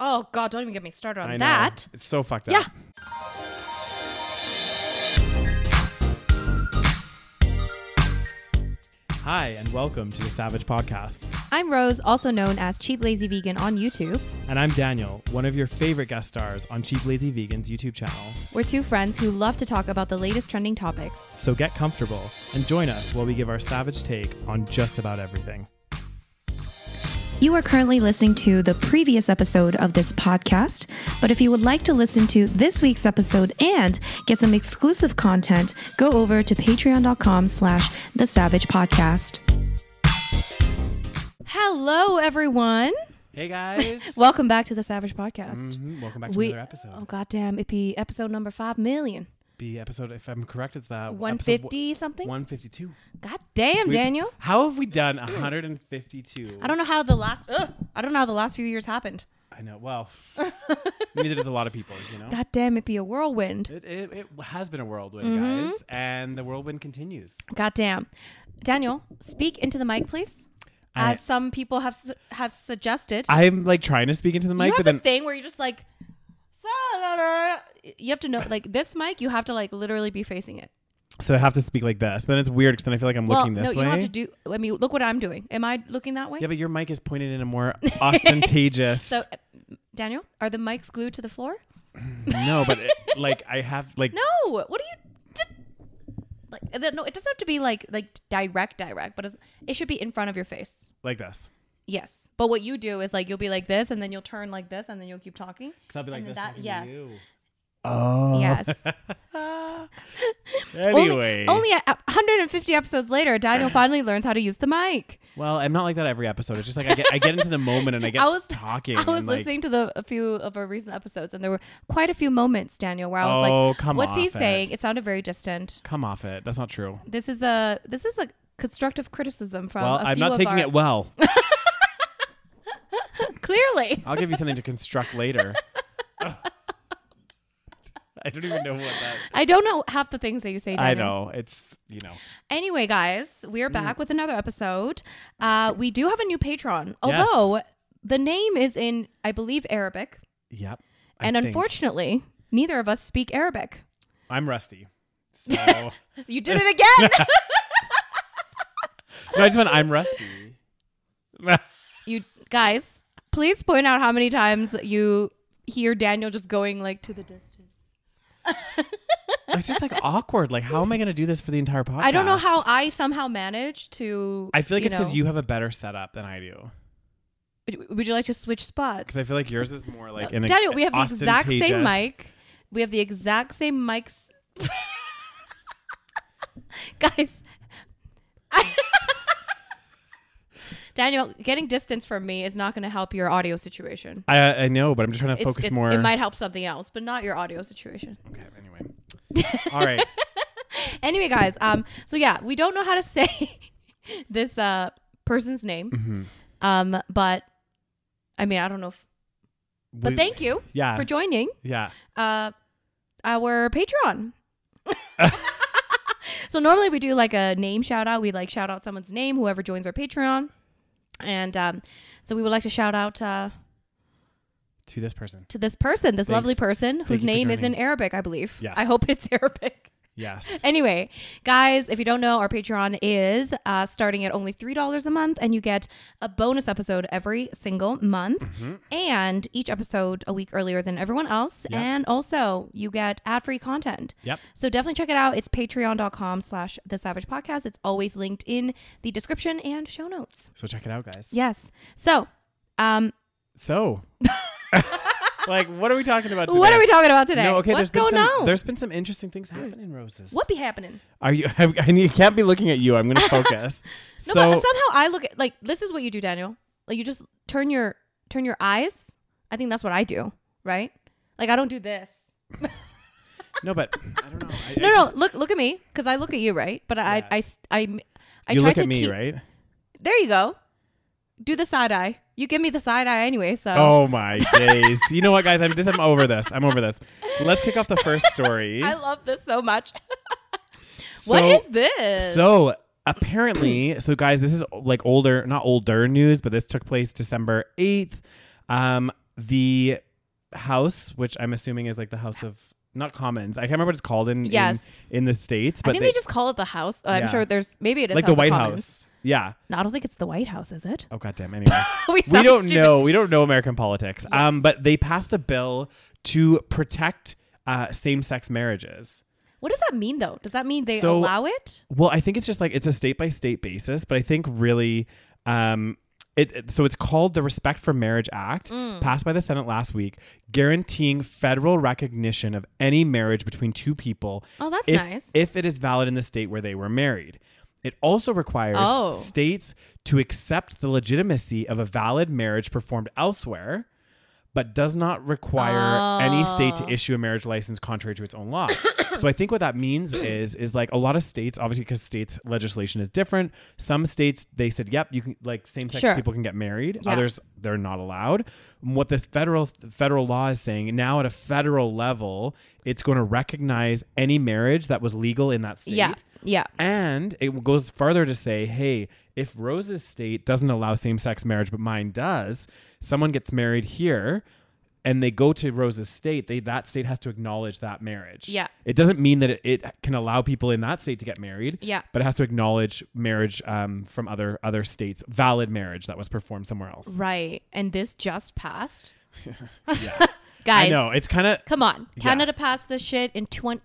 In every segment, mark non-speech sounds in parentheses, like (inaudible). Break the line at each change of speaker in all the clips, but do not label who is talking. Oh God, don't even get me started on
I know.
that.
It's so fucked up.
Yeah.
Hi, and welcome to the Savage Podcast.
I'm Rose, also known as Cheap Lazy Vegan on YouTube.
And I'm Daniel, one of your favorite guest stars on Cheap Lazy Vegan's YouTube channel.
We're two friends who love to talk about the latest trending topics.
So get comfortable and join us while we give our savage take on just about everything.
You are currently listening to the previous episode of this podcast, but if you would like to listen to this week's episode and get some exclusive content, go over to patreon.com slash the savage podcast.
Hello, everyone. (laughs)
Hey guys.
Welcome back to the Savage Podcast.
Mhm, Welcome back to
We-
another episode.
Oh goddamn, it be episode number five million.
Be episode, if I'm correct, it's that
One fifty something.
One fifty-two.
God damn, Daniel.
How have we
(clears throat)
done 152?
I don't know how the last. Ugh, I don't know how the last few years happened.
I know.
(laughs)
Well, neither does a lot of people. You know.
God damn, it be a whirlwind.
It, it, it has been a whirlwind,
Mm-hmm.
guys, and the whirlwind continues.
God damn, Daniel, speak into the mic, please.
I-
As some people have su- have suggested,
I'm like trying to speak into the
you
mic,
have
but
this
then
thing where you're just like, you have to know like this mic. You have to like literally be facing it.
so I have to speak like this. But then it's weird because then I feel like I'm
Well,
looking
no,
this
you
way.
don't have to do. I mean, look what I'm doing. Am I looking that way?
yeah, but your mic is pointed in
(laughs)
a more ostentatious.
So, uh, Daniel, are the mics glued to the floor?
no, but it, like I have like
No. What are you? d- Like uh, th- no, it doesn't have to be like like direct, direct, but it's, it should be in front of your face.
like this
Yes, but what you do is like you'll be like this, and then you'll turn like this, and then you'll keep talking.
because I'll be like
And
this.
that-
talking to
yes.
you. Oh. (laughs)
Yes. Only-
anyway,
only, a- a 150 episodes later,
(sighs)
Daniel finally learns how to use the mic.
well, I'm not like that every episode. It's just like I get I get into the
(laughs)
moment and I get
I was-
talking.
I was
and, like,
listening to the a few of our recent episodes, and there were quite a few moments, Daniel, where I was
Oh,
like,
come
"What's he
off it.
saying?" It sounded very distant.
Come off it. That's not true.
This is a this is a constructive criticism from.
well,
a
I'm
few
not
of
taking
our- (laughs)
it well.
Clearly,
I'll give you something to
(laughs)
construct later. (laughs) I don't even know what that.
I don't know half the things that you say. Daniel.
I know Mm. it's you know.
Anyway, guys, we're back with another episode. Uh, we do have a new patron, although the name is in, I believe, Arabic,
Yep. I
and
think.
unfortunately, neither of us speak Arabic. (laughs)
I'm rusty. So no,
You did
(laughs)
it again.
I just went. I'm rusty.
you guys, please point out how many times you hear Daniel just going like to the distance.
(laughs) it's just like awkward. Like, how am I going to do this for the entire podcast?
I don't know how I somehow managed to.
I feel like it's
know-
because you have a better setup than I do.
Would- Would you like to switch spots?
Because I feel like yours is more (laughs) like an
Daniel, we have the exact same
ostentatious-
mic. We have the exact same mics. (laughs) Guys. (laughs) I- Daniel, getting distance from me is not going to help your audio situation.
I, I know, but I'm just trying to
It's-
focus
it's-
more.
It might help something else, but not your audio situation.
Okay, anyway.
(laughs)
All right.
Anyway, guys, um, so yeah, we don't know how to (laughs) say this uh person's name,
Mhm.
um, but I mean, I don't know. If, but
We-
thank you
Yeah.
for joining.
yeah.
uh, our Patreon.
(laughs)
so normally we do like a name shout out. We like shout out someone's name, whoever joins our Patreon. And um, so we would like to shout out uh,
To this person.
to this person, this
Thanks.
lovely person whose
you for
name is in
joining.
Arabic, I believe.
Yes.
I hope it's (laughs) Arabic.
Yes.
(laughs) Anyway, guys, if you don't know, our Patreon is uh, starting at only $3 a month, and you get a bonus episode every single month,
Mm-hmm.
and each episode a week earlier than everyone else.
Yeah.
And also, you get ad free content.
Yep.
So definitely check it out. It's patreon.com slash the savage podcast. It's always linked in the description and show notes.
So check it out, guys.
Yes. So, um, (laughs)
So, (laughs) like, what are we talking about today?
what are we talking about today?
No, okay.
What's
there's been
going
some-
on?
There's been some
(gasps)
interesting things happening, roses.
what be happening?
Are you? (laughs) I, need, can't be looking at you. I'm
(laughs)
going to focus.
No,
so,
but somehow I look at like this is what you do, Daniel. Like you just turn your turn your eyes. I think that's what I do, right? Like I don't do this. (laughs)
no, but I don't know. I,
No,
I
no,
just-
look look at me because I look at you, right? But I
Yeah.
I I, I, I
you
try
look
to
at me,
keep,
right?
There you go. Do the side eye. You give me the side eye anyway, so
Oh my days! you know what, guys? I'm this. I'm over this. I'm over this. Let's kick off the first story.
(laughs) I love this so much.
so,
what is this?
So apparently, (clears throat) so guys, this is like older, not older news, but this took place December 8th. Um, the house, which I'm assuming is like the house of not commons. I can't remember what it's called in in-
Yes.
in, the states,
I
but
think they, just call it the house. Uh,
Yeah.
I'm sure there's maybe it is
like
House
the White
of Commons.
House. Yeah.
No, I don't think it's the White House, is it? (laughs)
Oh goddamn. Anyway. we
sound
don't
stupid.
know. We don't know American politics. Um, but they passed a bill to protect uh, same-sex marriages.
What does that mean though? Does that mean they
So-
allow it?
Well, I think it's just like it's a state by state basis, but I think really, um, it it- so it's called the Respect for Marriage Act,
Mm.
passed by the Senate last week, guaranteeing federal recognition of any marriage between two people.
Oh, that's
if,
nice.
If it is valid in the state where they were married. It also requires
Oh.
states to accept the legitimacy of a valid marriage performed elsewhere, but does not require any state
Oh.
to issue a marriage license contrary to its own law. (coughs) so I think what that
(coughs)
means is is like a lot of states, obviously because states legislation is different. Some states they said, "Yep, you can like same sex
Sure.
people can get married."
Yeah.
Others they're not allowed. What the federal federal law is saying now at a federal level, it's going to recognize any marriage that was legal in that state.
Yeah. Yeah.
And it goes further to say, hey, if Rose's state doesn't allow same sex marriage, but mine does, someone gets married here and they go to Rose's state, they that state has to acknowledge that marriage.
Yeah.
It doesn't mean that it, it can allow people in that state to get married.
Yeah.
But it has to acknowledge marriage um, from other other states, valid marriage that was performed somewhere else.
Right. And this just passed.
(laughs)
(laughs)
Yeah.
Guys,
I know. It's kind of
come on.
Yeah.
Canada passed this shit in 20,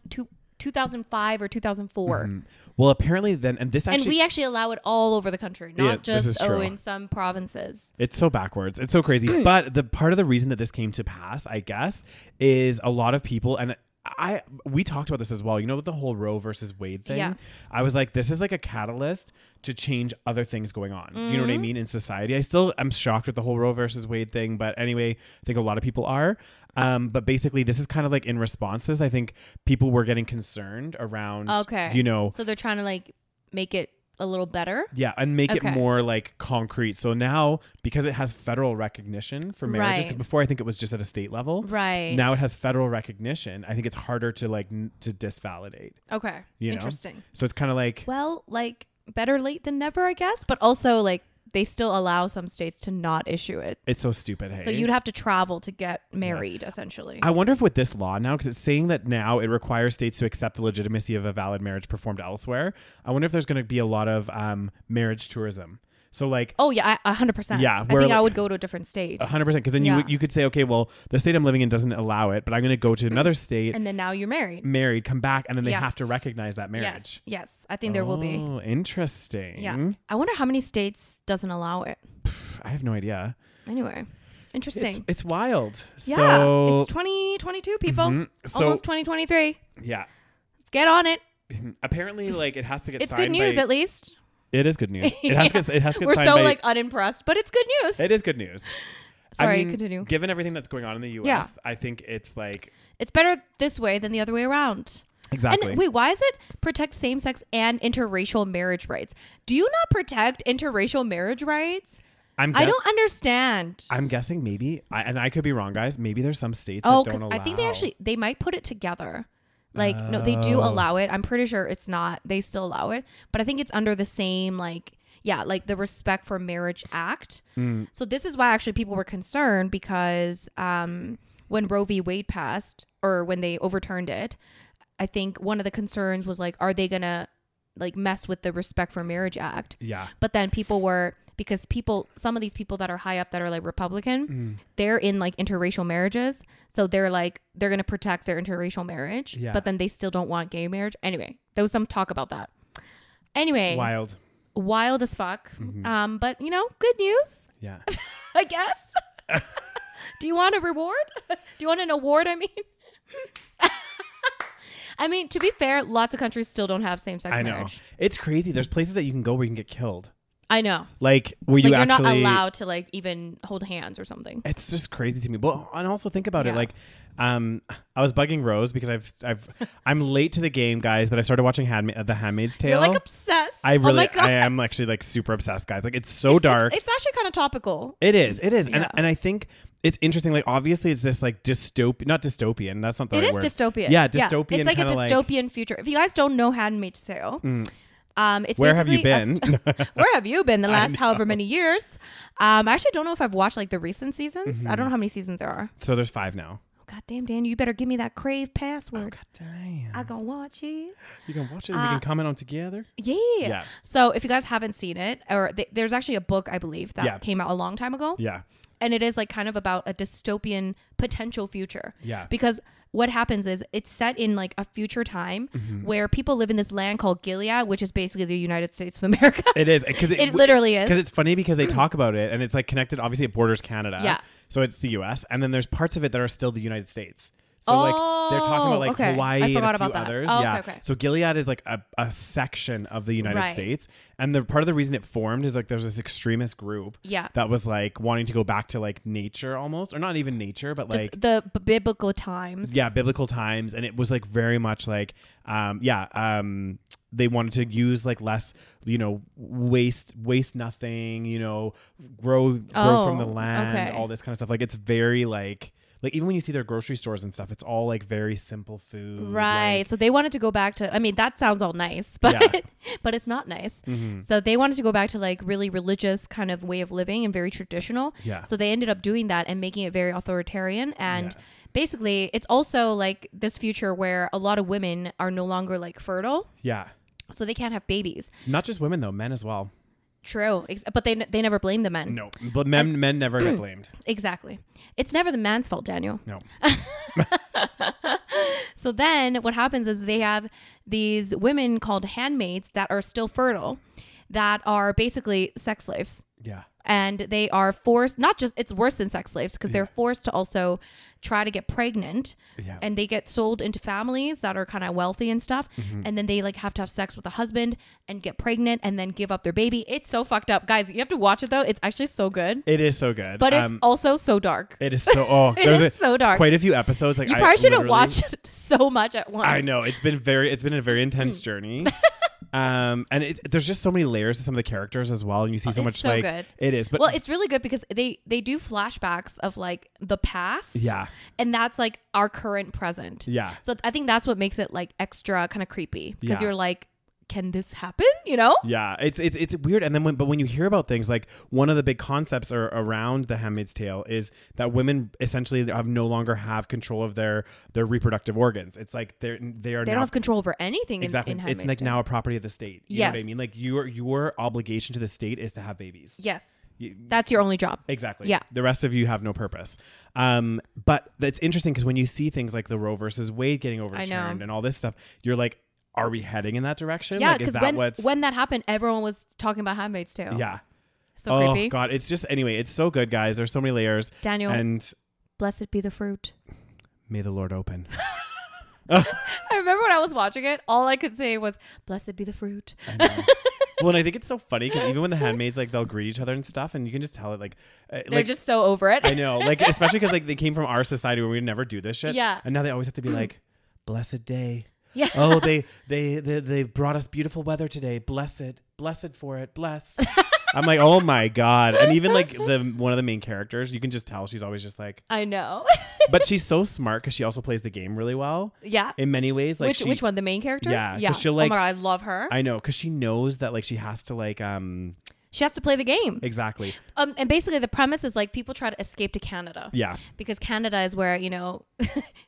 2005 or 2004.
well apparently then and this Mm-hmm. actually
and we actually allow it all over the country, not
Yeah, this is
just oh
true.
in some provinces.
It's so backwards. It's so
(clears throat)
crazy. but the part of the reason that this came to pass, I guess, is a lot of people and I we talked about this as well. You know with the whole Roe versus Wade thing.
Yeah.
I was like this is like a catalyst to change other things going on. Do you know what I
Mm-hmm.
mean in society? I still am shocked with the whole Roe versus Wade thing, but anyway, I think a lot of people are. Um, but basically this is kind of like in responses. I think people were getting concerned around
Okay.
you know
So they're trying to like make it a little better.
yeah, and make
Okay.
it more like concrete. So now, because it has federal recognition for marriages, 'cause
Right.
before I think it was just at a state level.
Right.
Now it has federal recognition. I think it's harder to like n- to disvalidate.
Okay.
You know?
Interesting.
So it's kind of like
Well, like better late than never, I guess, but also like they still allow some states to not issue it.
it's so stupid. Hey,
So you'd have to travel to get married, essentially.
I wonder if with this law now, because it's saying that now it requires states to accept the legitimacy of a valid marriage performed elsewhere. I wonder if there's going to be a lot of um, marriage tourism. So like
oh yeah, I- a hundred percent.
Yeah,
I think
we're
I
like-
would go to a different state,
hundred percent, because then
Yeah.
you you could say, okay, well, the state I'm living in doesn't allow it, but I'm going to go
(clears throat)
to another state.
and then now you're married.
married come back and then they
Yeah.
have to recognize
Yes,
that marriage
yes, I think there will be.
oh interesting
Yeah, I wonder how many states doesn't allow it.
i have no idea
Anyway,
it's,
interesting.
it's wild
yeah,
so
it's twenty twenty two people,
Mhm. So-
almost twenty twenty three.
yeah (clears throat)
Let's get on it.
apparently like it has to get
It's
signed
good news,
by,
at least.
it is good news
(laughs)
it has to get, it has to get
We're
signed
so
by,
like unimpressed, but it's good news.
it is good news
Sorry,
I mean,
continue.
given everything that's going on in the us
Yeah.
i think it's like
It's better this way than the other way around.
exactly
And wait, why is it protect same sex and interracial marriage rights? Do you not protect interracial marriage rights?
i'm
I
gu-
don't understand.
i'm guessing maybe I, and i could be wrong guys maybe there's some states
oh,
that
because
don't allow
I think they actually they might put it together. Like no, they do
Oh.
allow it. I'm pretty sure it's not. They still allow it, but I think it's under the same like yeah, like the Respect for Marriage Act.
Mm.
So this is why actually people were concerned because um, when Roe v. Wade passed or when they overturned it, I think one of the concerns was like, are they gonna like mess with the Respect for Marriage Act?
yeah
but then people were because people some of these people that are high up that are like republican
Mm.
they're in like interracial marriages so they're like they're going to protect their interracial marriage
Yeah.
but then they still don't want gay marriage anyway there was some talk about that anyway
wild
wild as fuck
Mm-hmm.
um but you know good news (laughs)
yeah
i guess do you want a reward (laughs) do you want an award i mean (laughs) i mean to be fair lots of countries still don't have same-sex
i know
marriage
it's crazy there's places that you can go where you can get killed
i know
like where you
like you're
actually
not allowed to like even hold hands or something.
it's just crazy to me but and also think about
Yeah.
it like um i was bugging rose because i've i've i'm late to the game guys but i started watching Handma- uh, the handmaid's tale
You're like obsessed.
i
oh my
really
God.
i am actually like super obsessed guys like it's so
It's-
dark
It's, actually kind of topical.
it is it is and,
Yeah.
and i think it's interesting like obviously it's this like dystopian not dystopian that's not the
It
right
is
word
dystopian.
yeah dystopian
It's like a
kinda Mm.
dystopian future. If you guys don't know Handmaid's Tale, Um, it's
Where have you
basically a
been? (laughs)
st- (laughs) where have you been the last however many years? Um, I actually don't know if I've watched like the recent seasons. I
Mm-hmm.
don't know how many seasons there are.
So there's five now.
Oh, God damn, Dan, you better give me that crave
Oh,
password.
Damn.
I gonna watch it.
You can watch it
Uh,
and we can comment on together.
Yeah.
Yeah.
So if you guys haven't seen it, or th- there's actually a book I believe that
Yeah.
came out a long time ago.
Yeah.
and it is like kind of about a dystopian potential future.
Yeah.
Because what happens is it's set in like a future time
Mm-hmm.
where people live in this land called Gilead, which is basically the United States of America.
It is because
It literally is.
because it's funny because they talk about it and it's like connected. Obviously, it borders Canada.
Yeah.
So it's the U.S. and then there's parts of it that are still the United States. So like they're talking about
Oh,
like
okay. I
Hawaii and
forgot
a few
about that.
others.
Oh, okay,
yeah.
okay.
So Gilead is like a, a section of the United
Right.
States, and the part of the reason it formed is like there's this extremist group.
Yeah.
That was like wanting to go back to like nature almost, or not even nature,
(laughs)
but
Just
like
the b- biblical times.
yeah biblical times and it was like very much like um yeah um they wanted to use like less you know waste waste nothing you know grow grow from the
Oh,
land
okay.
all this kind of stuff like it's very like like even when you see their grocery stores and stuff it's all like very simple food like-
Right. so they wanted to go back to I mean that sounds all nice, (laughs) but
Yeah. Mm-hmm.
but it's not nice. So they wanted to go back to like really religious kind of way of living and very traditional.
Yeah.
So they ended up doing that and making it very authoritarian and
Yeah.
basically it's also like this future where a lot of women are no longer like fertile,
yeah
so they can't have babies.
not just women though men as well
True. Ex- but they they never blame the men.
no but men men never
(clears throat)
get blamed
Exactly. It's never the man's fault, Daniel.
no
So then what happens is they have these women called handmaids that are still fertile that are basically sex slaves
yeah
and they are forced not just it's worse than sex slaves because they're forced to also try to get pregnant
Yeah.
and they get sold into families that are kind of wealthy and stuff
Mm-hmm.
and then they like have to have sex with a husband and get pregnant and then give up their baby it's so fucked up guys you have to watch it though it's actually so good
it is so good
but it's
Um,
also so dark
it is so oh
(laughs) It
there's
is
a-
so dark.
quite a few episodes like
you
I
probably shouldn't
literally-
watch (laughs) it so much at once
I know it's been very it's been a very intense
(laughs)
journey. Um, and it's, there's just so many layers to some of the characters as well, and you see so
it's
much
so
like
good.
it is, but
well it's really good because they they do flashbacks of like the past
Yeah.
and that's like our current present
Yeah.
so i think that's what makes it like extra kind of creepy because
Yeah.
you're like can this happen you know
yeah, it's it's it's weird. And then when but when you hear about things like one of the big concepts are around the Handmaid's Tale is that women essentially have no longer have control of their their reproductive organs. It's like they're they are
they
now
don't have control over anything
exactly.
in, in
it's
Handmaid's
like
Tale.
now a property of the state. You know what I
Yes.
mean? Like your your obligation to the state is to have babies.
yes
You-
that's your only job
Exactly.
Yeah.
The rest of you have no purpose. Um, but that's interesting because when you see things like the Roe versus Wade getting overturned and all this stuff, you're like, are we heading in that direction?
yeah
like, is
because
that
when,
what's
when that happened everyone was talking about handmaid's tale
yeah?
so
oh
creepy
God, it's just anyway, it's so good, guys. There's so many layers.
Daniel.
and
blessed be the fruit (laughs)
may the Lord open.
i remember when i was watching it all i could say was blessed be the fruit
well, and I think it's so funny because even when the handmaids like they'll greet each other and stuff, and you can just tell it like, uh,
they're
like
just so over it
I know, like especially because like they came from our society where we never do this shit.
Yeah.
and now they always have to be like, blessed day.
yeah
(laughs) oh they, they they they brought us beautiful weather today blessed blessed for it blessed i'm like oh my god and even like the one of the main characters you can just tell she's always just like
(laughs) i know (laughs)
but she's so smart because she also plays the game really well
yeah
in many ways like
which
she,
which one? The main character?
Yeah, 'cause
yeah.
she'll,
oh
like-
my god, I love her.
i know because she knows that like she has to like um
she has to play the game.
exactly
Um, and basically, the premise is like people try to escape to Canada.
yeah
Because Canada is where you know, (laughs)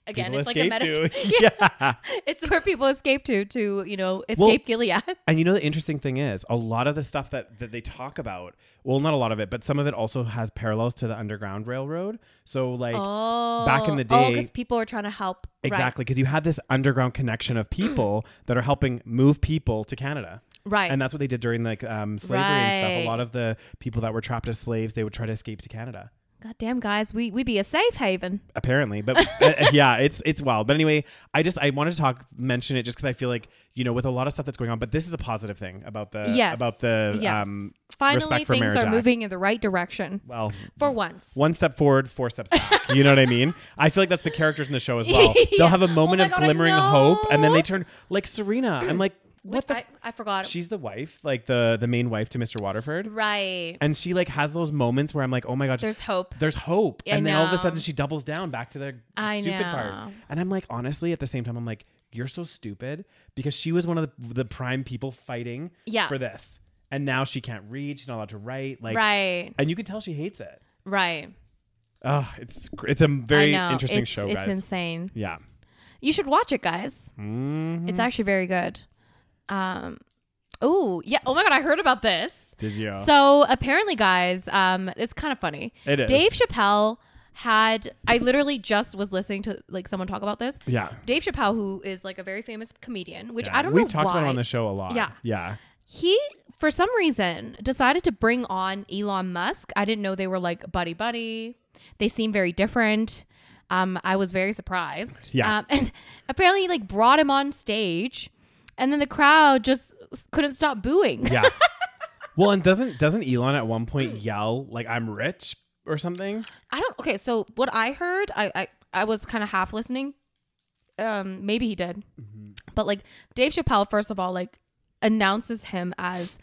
again,
People
it's like a metaphor.
escape
(laughs)
to. yeah
it's where people escape to to you know escape
Well-
(laughs) Gilead.
And you know the interesting thing is a lot of the stuff that, that they talk about, well, not a lot of it, but some of it also has parallels to the Underground Railroad. So like
Oh,
back in the day,
because Oh, people are trying to help.
exactly, because you had this underground connection
(clears throat)
of people that are helping move people to Canada.
Right.
And uh, that's what they did during like um, slavery and stuff. A
Right.
lot of the people that were trapped as slaves, they would try to escape to Canada.
Right. Goddamn guys, we we be a safe haven.
Apparently, but uh,
(laughs)
yeah, it's it's wild. But anyway, I just I wanted to talk mention it just because I feel like you know with a lot of stuff that's going on. But this is a positive thing about the
yes.
Uh, about the
yes.
um,
Finally,
Respect for
things
Marriage
are
Act.
moving in the right direction
well
for once.
one step forward, four steps back. You know what I mean? I feel like that's the characters in the show
(laughs)
as well. They'll have a moment
Oh my
of
God, I
glimmering hope, and then
know.
they turn like Serena. I'm like,
Which
what the?
I,
f-
I forgot.
She's the wife, like the the main wife to Mr. Waterford,
right.
and she like has those moments where I'm like, oh my god,
There's hope.
There's hope,
I
and then all of a
know.
sudden she doubles down back to the
I
stupid part,
know.
and I'm like, honestly, at the same time, I'm like, you're so stupid because she was one of the, the prime people fighting
Yeah.
for this. And now she can't read. She's not allowed to write. Like,
right.
and you can tell she hates it.
Right.
Oh, it's gr- it's a very
I know.
interesting
it's,
show,
It's
guys.
insane.
yeah,
You should watch it, guys.
Mhm.
It's actually very good. Um, oh yeah. Oh my god, I heard about this.
did you?
So apparently, guys, um, it's kind of funny.
Oh. It is.
Dave Chappelle had. I literally just was listening to like someone talk about this.
yeah,
Dave Chappelle, who is like a very famous comedian, which
Yeah.
I don't
We've
know
talked
why.
about it on the show a lot.
Yeah. (laughs)
yeah.
he for some reason decided to bring on Elon Musk. I didn't know they were like buddy buddy. They seem very different. Um, I was very surprised.
Yeah.
Um, and apparently, he, like brought him on stage, and then the crowd just couldn't stop booing.
Yeah. well, and doesn't doesn't Elon at one point yell like "I'm rich" or something?
I don't. Okay, so what I heard, I I, I was kind of half listening. Um, maybe he did,
Mm-hmm.
but like Dave Chappelle, first of all, like announces him as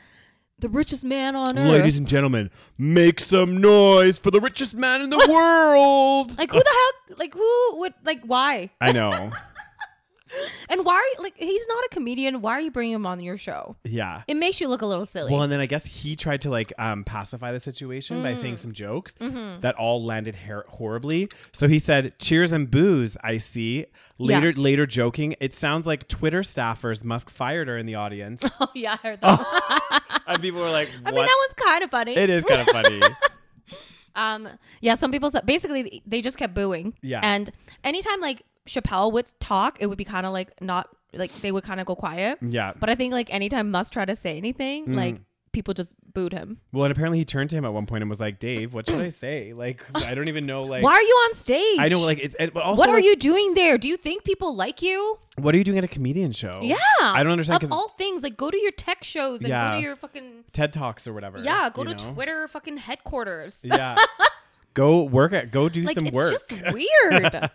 the richest man on earth.
and gentlemen, make some noise for the richest man in the
(laughs)
world.
Like who the heck? Like who would? Like why?
I know.
And why? Are you, like he's not a comedian. Why are you bringing him on your show?
Yeah.
It makes you look a little silly.
Well, and then I guess he tried to like um, pacify the situation by
Mm.
saying some jokes
Mm-hmm.
that all landed her- horribly. So he said, "Cheers and booze." I see. Later, later, joking. It sounds like Twitter staffers Musk fired her in
(laughs)
the audience,
(laughs) oh yeah, I heard that.
and people were like,
I
"What?"
mean, that was kind of funny.
it
(laughs)
is kind of funny.
Um, yeah, some people said basically they just kept booing.
Yeah.
And anytime like Chappelle would talk, it would be kind of like not like they would kind of go quiet.
yeah.
But I think like anytime Musk tried to say anything,
Mm.
like people just booed him.
Well, and apparently he turned to him at one point and was like, "Dave, what
(clears throat)
should I say? Like, I don't even know. Like,
Why are you on stage?
I know. Like, it's and, but also,
what are
like,
you doing there? Do you think people like you?
What are you doing at a comedian show?
Yeah.
Oh, I don't understand
Of
because
all things, like go to your tech shows and
Yeah.
go to your fucking
TED Talks or whatever.
yeah, go
you
to
know?
Twitter fucking headquarters.
Yeah. go work at. Go do
like
some
it's
work.
just
(laughs)
weird.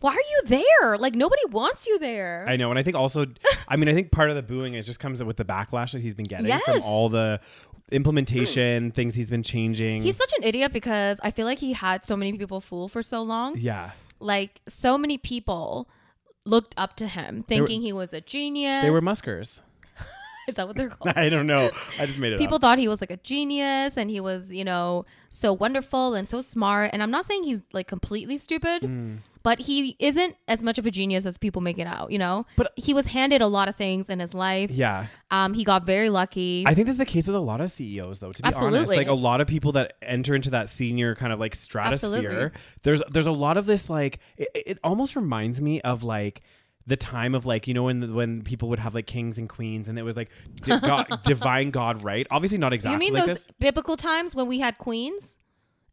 Why are you there? Like nobody wants you there.
I know, and I think also, I mean, I think part of the booing is just comes with the backlash that he's been getting from
Yes. Mm.
all the implementation things he's been changing.
He's such an idiot because I feel like he had so many people fool for so long.
yeah.
Like so many people looked up to him,
were-
thinking he was a genius.
They were muskers.
(laughs) Is that what they're called?
(laughs) I don't know. I just made it
People
up.
thought he was like a genius and he was, you know, so wonderful and so smart. And I'm not saying he's like completely stupid,
Hmm.
but he isn't as much of a genius as people make it out, you know?
But-
he was handed a lot of things in his life.
Yeah.
Um, he got very lucky.
I think that's the case with a lot of CEOs, though. To be honest,
Absolutely.
like a lot of people that enter into that senior kind of like stratosphere,
Absolutely.
there's there's a lot of this like it, it almost reminds me of like the time of like you know when when people would have like kings and queens and it was like di- (laughs) God, divine God right obviously not
you
exactly
mean
like
those
this
biblical times when we had queens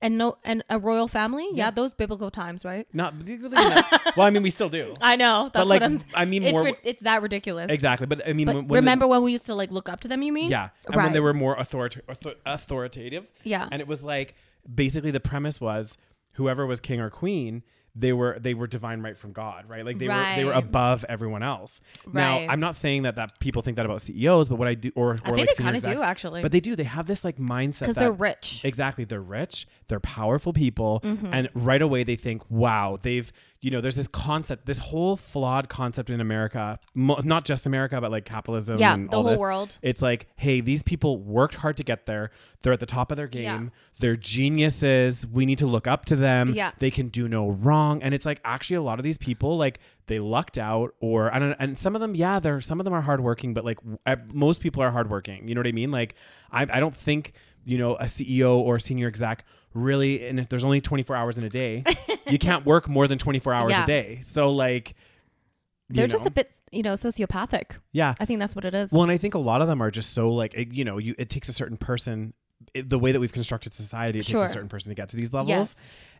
and no and a royal family? yeah those biblical times, right?
not well I mean we still do
(laughs) I know. That's
like,
what I'm.
I mean
it's,
more-
ri- it's that ridiculous.
exactly but I mean
But
when, when the-
remember when we used to like look up to them? You mean?
Yeah, and
right.
when they were more authorita- author- authoritative.
Yeah.
and it was like basically the premise was whoever was king or queen, they were they were divine right from God, right? Like they were they were
Right.
above everyone else.
Right.
Now I'm not saying that that people think that about CEOs, but what I do or, or
I think
like
they
senior
kind of do
execs-
actually.
But they do. They have this like mindset
because
that-
they're rich. Mm-hmm.
Exactly. They're rich, they're powerful people, and right away they think, wow, they've, you know, there's this concept, this whole flawed concept in America, mo- not just America, but like capitalism
Yeah,
and
the
all
whole
this.
world.
It's like, hey, these people worked hard to get there. They're at the top of their game.
Yeah.
They're geniuses. We need to look up to them.
Yeah.
They can do no wrong. And it's like actually a lot of these people, like they lucked out or I don't and some of them, yeah, they're some of them are hardworking, but like w- uh, most people are hardworking. You know what I mean? Like I, I don't think, you know, a CEO or a senior exec really and if there's only 24 hours in
(laughs)
a day, you can't work more than 24 hours
Yeah.
a day. So like you
they're just
know.
a bit, you know, sociopathic.
Yeah.
I think that's what it is.
Well, and I think a lot of them are just so like it, you know, you it takes a certain person it, the way that we've constructed society it
Sure.
takes a certain person to get to these levels.
Yes.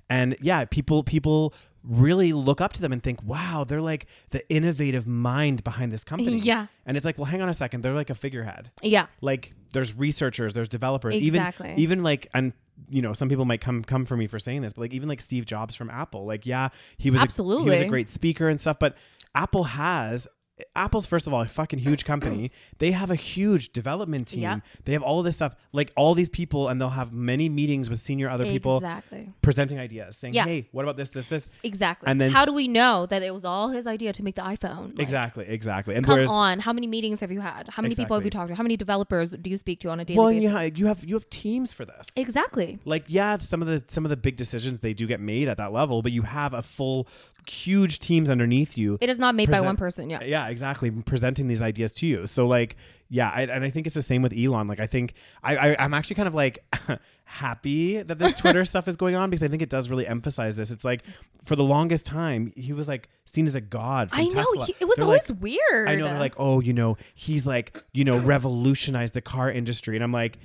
And yeah, people people really look up to them and think, "Wow, they're like the innovative mind behind this company."
Yeah.
And it's like, "Well, hang on a second. They're like a figurehead."
yeah.
Like there's researchers, there's developers,
Exactly.
even even like and you know, some people might come come for me for saying this, but like even like Steve Jobs from Apple, like yeah, he was a- he was
Absolutely.
a great speaker and stuff, but Apple has Apple's first of all a fucking
(clears throat)
huge company. They have a huge development team.
Yeah.
They have all this stuff, like all these people, and they'll have many meetings with senior other people
Exactly.
presenting ideas, saying,
Yeah.
"Hey, what about this, this, this?"
Exactly.
And then
how
s-
do we know that it was all his idea to make the iPhone? Like,
exactly, exactly. And
Come
whereas,
on. How many meetings have you had? How many people have
Exactly.
you talked to? How many developers do you speak to on a daily
well, and
basis?
you have, you have you have teams for this.
Exactly.
like yeah some of the some of the big decisions they do get made at that level but you have a full huge teams underneath you
It is not made by
Present-
one person. Yeah.
yeah exactly presenting these ideas to you so like yeah I, and i think it's the same with elon like i think i, I i'm actually kind of like (laughs) happy that this
(laughs)
twitter stuff is going on because i think it does really emphasize this it's like for the longest time he was like seen as a god from
I know.
Tesla.
he- it was
They're like-
always weird.
I know they're like, oh, you know, he's like, you know, revolutionized the car industry, and I'm like,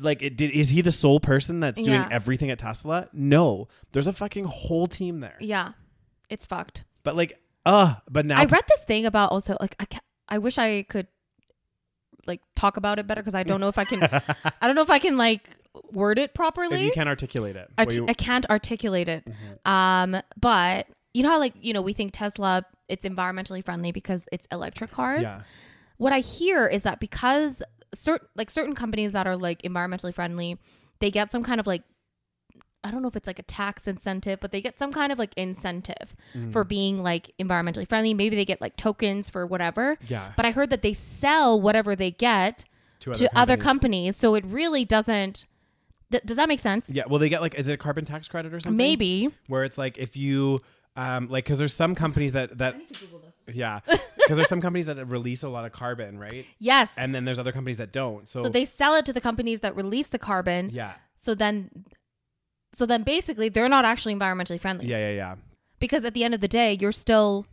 like, it did is he the sole person that's doing
Yeah.
everything at Tesla? No, there's a fucking whole team there.
yeah, it's fucked.
But like, uh, but now
I
(laughs)
read this thing about also like I ca I wish I could like talk about it better because I don't know if I can.
(laughs)
I don't know if I can like word it
if
properly.
you can't articulate it,
I
well,
t-
you- Mm-hmm. Mm.
I can't articulate it. Um, but you know how like you know we think Tesla it's environmentally friendly because it's electric cars.
yeah,
What I hear is that because certain like certain companies that are like environmentally friendly, they get some kind of like I don't know if it's like a tax incentive, but they get some kind of like incentive
Mm.
for being like environmentally friendly. Maybe they get like tokens for whatever.
yeah,
But I heard that they sell whatever they get
to,
to other companies, so it really doesn't. d does that make sense?
Yeah, well, they get like, is it a carbon tax credit or something?
Maybe.
where it's like if you um like because there's some companies that that
(laughs)
yeah because there's some companies that release a lot of carbon right
Yes.
and then there's other companies that don't so,
so they sell it to the companies that release the carbon.
yeah
So then so then basically they're not actually environmentally friendly
yeah yeah yeah
because at the end of the day you're still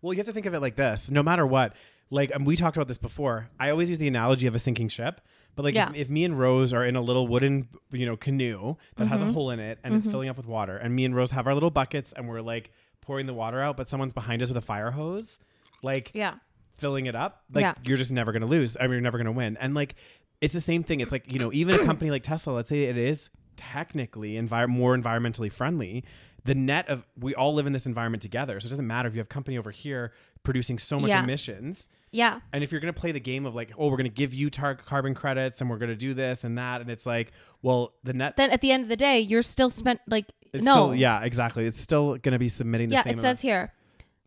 Well, you have to think of it like this. No matter what, like and we talked about this before. I always use the analogy of a sinking ship. But like
Yeah.
if, if me and Rose are in a little wooden, you know, canoe that has a hole in it and it's filling up with water, and me and Rose have our little buckets and we're like pouring the water out, but someone's behind us with a fire hose, like
yeah.
filling it up, like
Yeah.
you're just never gonna lose. I mean, you're never gonna win. And like it's the same thing. It's like you
(clears throat)
know, even a company like Tesla, let's say it is technically envir- more environmentally friendly. The net of we all live in this environment together, so it doesn't matter if you have company over here producing so much
Yeah.
emissions.
Yeah.
And if you're going to play the game of like, oh, we're going to give you tar- carbon credits and we're going to do this and that, and it's like, well, the net.
Then at the end of the day you're still spent like
it's
no.
still- yeah, exactly. It's still going to be submitting the
Yeah,
same.
it says here.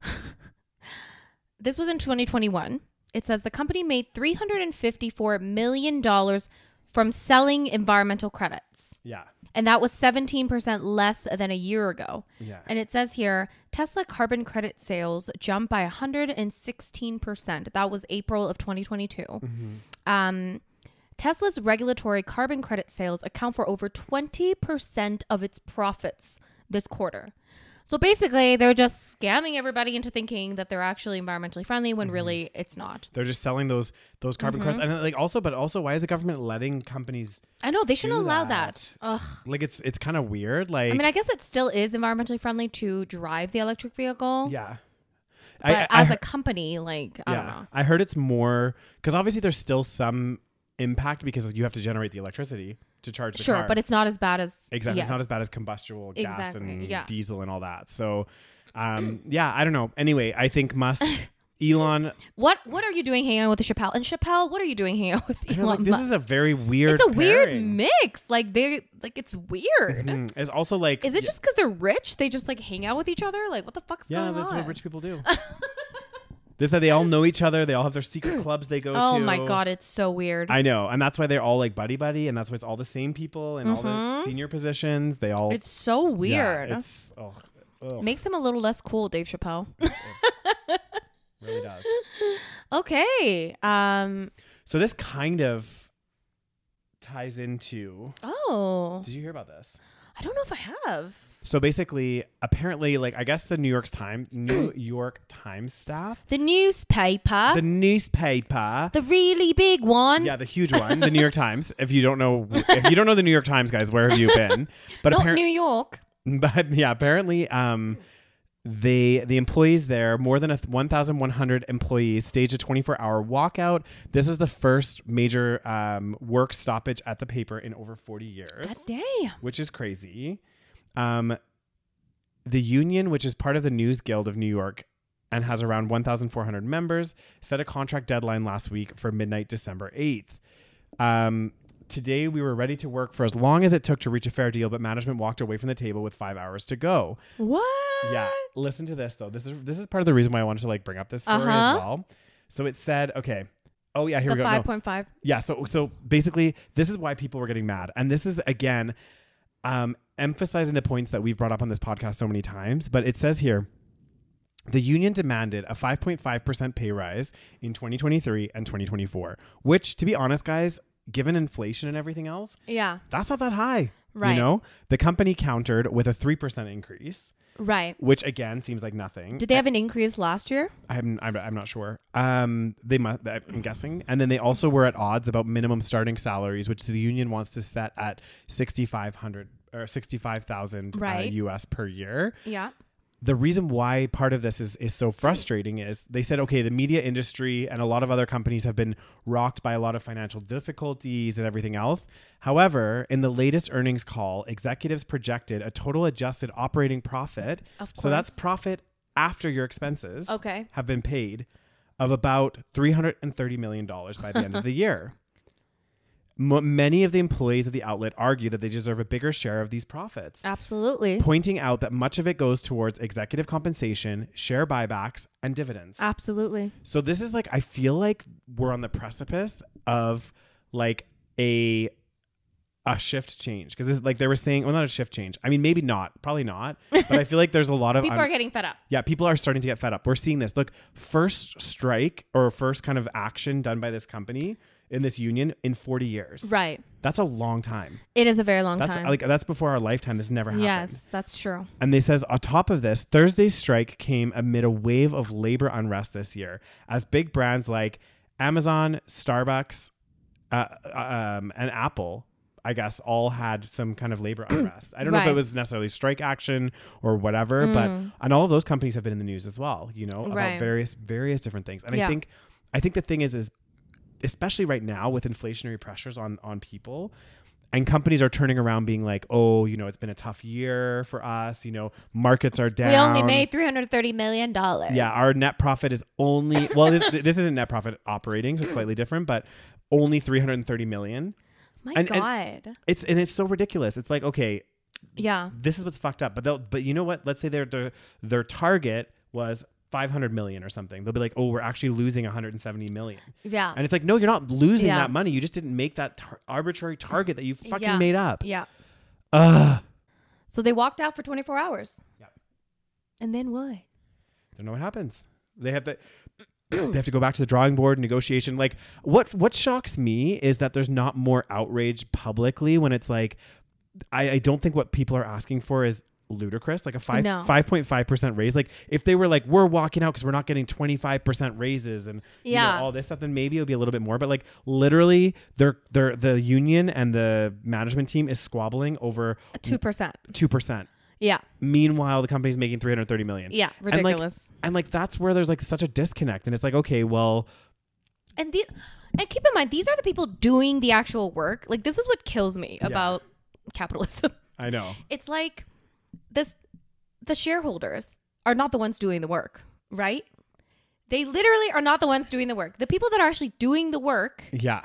(laughs) this was in 2021. It says the company made 354 million dollars from selling environmental credits.
yeah,
And that was 17% less than a year ago.
yeah.
And it says here Tesla carbon credit sales jumped by 116%. That was April of 2022.
Mm-hmm.
Um, Tesla's regulatory carbon credit sales account for over 20% of its profits this quarter. So basically, they're just scamming everybody into thinking that they're actually environmentally friendly
Mm-hmm.
when really it's not.
They're just selling those those carbon
Mm-hmm.
credits, and like also, but also, why is the government letting companies
I know they shouldn't
Do
allow
that.
that. Ugh.
like it's it's kind of weird? Like,
I mean, I guess it still is environmentally friendly to drive the electric vehicle.
yeah,
But as
a
a company, like, I don't know.
I heard it's more because obviously there's still some impact because you have to generate the electricity to charge the
sure,
car.
but it's not as bad as
exactly it's not
yes.
as bad as combustible gas
Exactly,
and
yeah.
diesel and all that. So, um, yeah, I don't know. Anyway, I think Musk,
(laughs)
Elon,
What What are you doing hanging out with Chappelle? And Chappelle, what are you doing hanging out with
I
Elon
know, like, this
Musk?
is a very weird.
it's a weird
pairing.
mix. Like they like it's weird.
Mm, It's also like
Is it just because they're rich? They just like hang out with each other? Like what the fuck's
yeah?
going
That's
on?
what rich people (laughs) do. This Oh, that they all know each other. They all have their secret clubs they go to.
oh my god, it's so weird.
I know, and that's why they're all like buddy buddy, and that's why it's all the same people and all the senior positions. They all
it's so
yeah,
weird.
it's oh, oh,
Makes him a little less cool, Dave Chappelle. (laughs)
really does.
okay. Um.
So this kind of ties into.
Oh,
Did you hear about this?
I don't know if I have.
So basically, apparently, like I guess the New York Times, (clears throat) New York Times staff,
The newspaper, the,
the newspaper,
really big one.
yeah, the huge one, the New York Times. If you don't know, if you don't know the New York Times, guys, where have you
(laughs)
been? But
not
apparently.
New York.
(laughs) but yeah, apparently, um, they the employees there, more than a th- 1,100 employees, staged a 24-hour walkout. This is the first major um, work stoppage at the paper in over 40 years,
God damn.
which is crazy. Um, the union, which is part of the News Guild of New York. and has around 1,400 members, set a contract deadline last week for midnight December 8th. Um, today, we were ready to work for as long as it took to reach a fair deal, but management walked away from the table with five hours to go.
What?
Yeah. Listen to this though. This is this is part of the reason why I wanted to like bring up this story
Uh-huh.
as well. So it said, okay. Oh yeah, here
The
we go. No.
five point five.
Yeah, so so basically this is why people were getting mad. And this is again um emphasizing the points that we've brought up on this podcast so many times, but it says here the union demanded a 5.5% pay rise in 2023 and 2024, which to be honest guys, given inflation and everything else,
Yeah.
that's not that high.
Right.
You know, the company countered with a 3% increase,
Right.
which again seems like nothing.
Did they have an increase last year?
I'm, I'm, I'm not sure. Um, they must. I'm guessing. And then they also were at odds about minimum starting salaries, which the union wants to set at sixty five hundred or sixty five thousand
Right.
uh, US per year.
Yeah.
The reason why part of this is is so frustrating is they said, okay, the media industry and a lot of other companies have been rocked by a lot of financial difficulties and everything else. However, in the latest earnings call, executives projected a total adjusted operating profit.
Of
So that's
course.
profit after your expenses
Okay.
have been paid of about $330 million by
(laughs)
the end of the year. M- many of the employees of the outlet argue that they deserve a bigger share of these profits,
Absolutely.
pointing out that much of it goes towards executive compensation, share buybacks, and dividends.
Absolutely.
So this is like I feel like we're on the precipice of like a a shift change because this like they were saying well not a shift change I mean maybe not probably not but I feel like there's a lot
(laughs)
of
People
un-
are getting fed up.
yeah, people are starting to get fed up. We're seeing this. Look, first strike or first kind of action done by this company in this union in 40 years.
Right.
That's a long time.
It is a very long
That's
time.
like that's before our lifetime. This never happened.
yes, that's true.
And they says on top of this, Thursday's strike came amid a wave of labor unrest this year as big brands like Amazon, Starbucks, uh, um, and Apple, I guess, all had some kind
(clears throat)
of labor unrest. I don't know if
Right. Mm.
it was necessarily strike action or whatever, but and all of those companies have been in the news as well, you know,
Right.
about various various different things. And
Yeah.
I think, I think the thing is, is especially right now with inflationary pressures on on people and companies are turning around being like oh you know it's been a tough year for us you know markets are down
We only made three hundred thirty million dollars.
yeah our net profit is only well this, (laughs) this isn't net profit operating so it's slightly different but only 330 million
My
And-
God.
it's and it's so ridiculous it's like okay
yeah.
this is what's fucked up but they'll but you know what let's say their their, their target was 500 million or something they'll be like oh we're actually losing 170 million
Yeah.
and it's like no you're not losing
Yeah.
that money you just didn't make that tar- arbitrary target that you fucking
Yeah.
made up
yeah.
Ugh.
So they walked out for twenty four hours.
Yep.
And then what?
don't know what happens. They have to (clears throat) they have to go back to the drawing board, negotiation. Like what what shocks me is that there's not more outrage publicly when it's like I, I don't think what people are asking for is ludicrous like a five
No.
5.5% raise like if they were like we're walking out because we're not getting 25% raises and you
Yeah.
know, all this stuff then maybe it'll be a little bit more but like literally they're, they're the union and the management team is squabbling over
Two percent.
2%
Yeah.
meanwhile the company's making 330 million
Yeah.
and, like,
Ridiculous.
and like that's where there's like such a disconnect and it's like okay well
and the and keep in mind these are the people doing the actual work like this is what kills me about capitalism
i know
it's like this the shareholders are not the ones doing the work right they literally are not the ones doing the work the people that are actually doing the work
yeah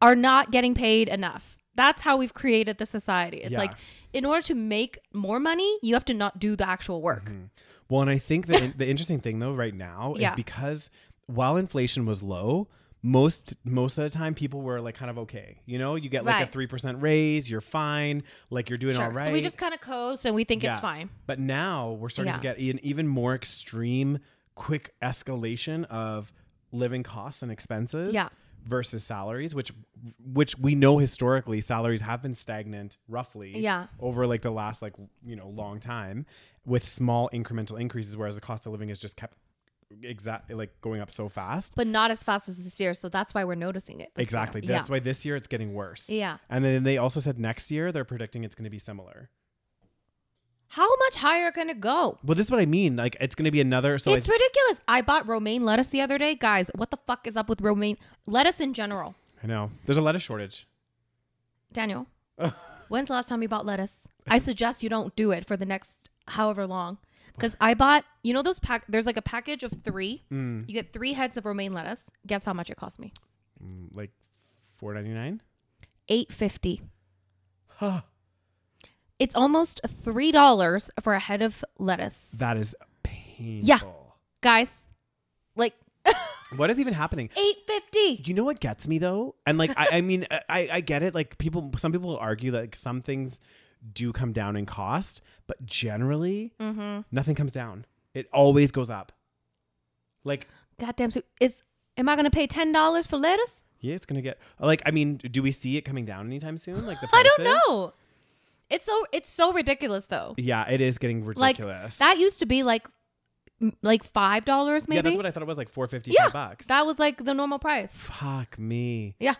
are not getting paid enough that's how we've created the society it's
Yeah.
like in order to make more money you have to not do the actual work
Mm-hmm. well and i think that the interesting thing though right now
Yeah.
is because while inflation was low most most of the time people were like kind of okay you know you get like
Right.
a 3% raise you're fine like you're doing
Sure.
all right
so we just kind of coast and we think
Yeah.
it's fine
But now we're starting to
Yeah.
get an even more extreme, quick escalation of living costs and expenses
Yeah.
versus salaries, which which we know historically salaries have been stagnant roughly
Yeah.
over like the last like you know long time with small incremental increases, whereas the cost of living has just kept exactly like going up so fast.
but not as fast as this year so that's why we're noticing it this year.
Exactly.
Yeah.
That's why this year it's getting worse.
Yeah.
And then they also said next year they're predicting it's going to be similar.
How much higher can it go?
Well, this is what I mean. Like it's going to be another. So
it's ridiculous. I bought romaine lettuce the other day. Guys, what the fuck is up with romaine lettuce in general?
I know. There's a lettuce shortage. (laughs)
Daniel, when's the last time you bought lettuce? I suggest you don't do it for the next however long. Because I bought, you know, those pack. There's like a package of three. You get three heads of romaine lettuce. Guess how much it cost me?
Mm, Like four ninety nine.
(gasps) Eight fifty.
Huh.
It's almost three dollars for a head of lettuce,
That is painful.
guys.
(laughs)
Like
What is even happening?
eight fifty.
You know what gets me though, and like I, I mean, (laughs) I, I get it. Like people, some people argue that like, some things do come down in cost, but generally,
Mm-hmm.
nothing comes down. It always goes up. Like
Goddamn, so is am I gonna pay ten dollars for lettuce?
yeah, it's gonna get like. I mean, do we see it coming down anytime soon? Like the
(gasps) I don't
prices?
know. It's so it's so ridiculous though.
Yeah, it is getting
Like
ridiculous.
that used to be like m- like five dollars maybe.
yeah, that's what I thought it was like four fifty
Yeah,
bucks.
That was like the normal price.
Fuck me.
Yeah.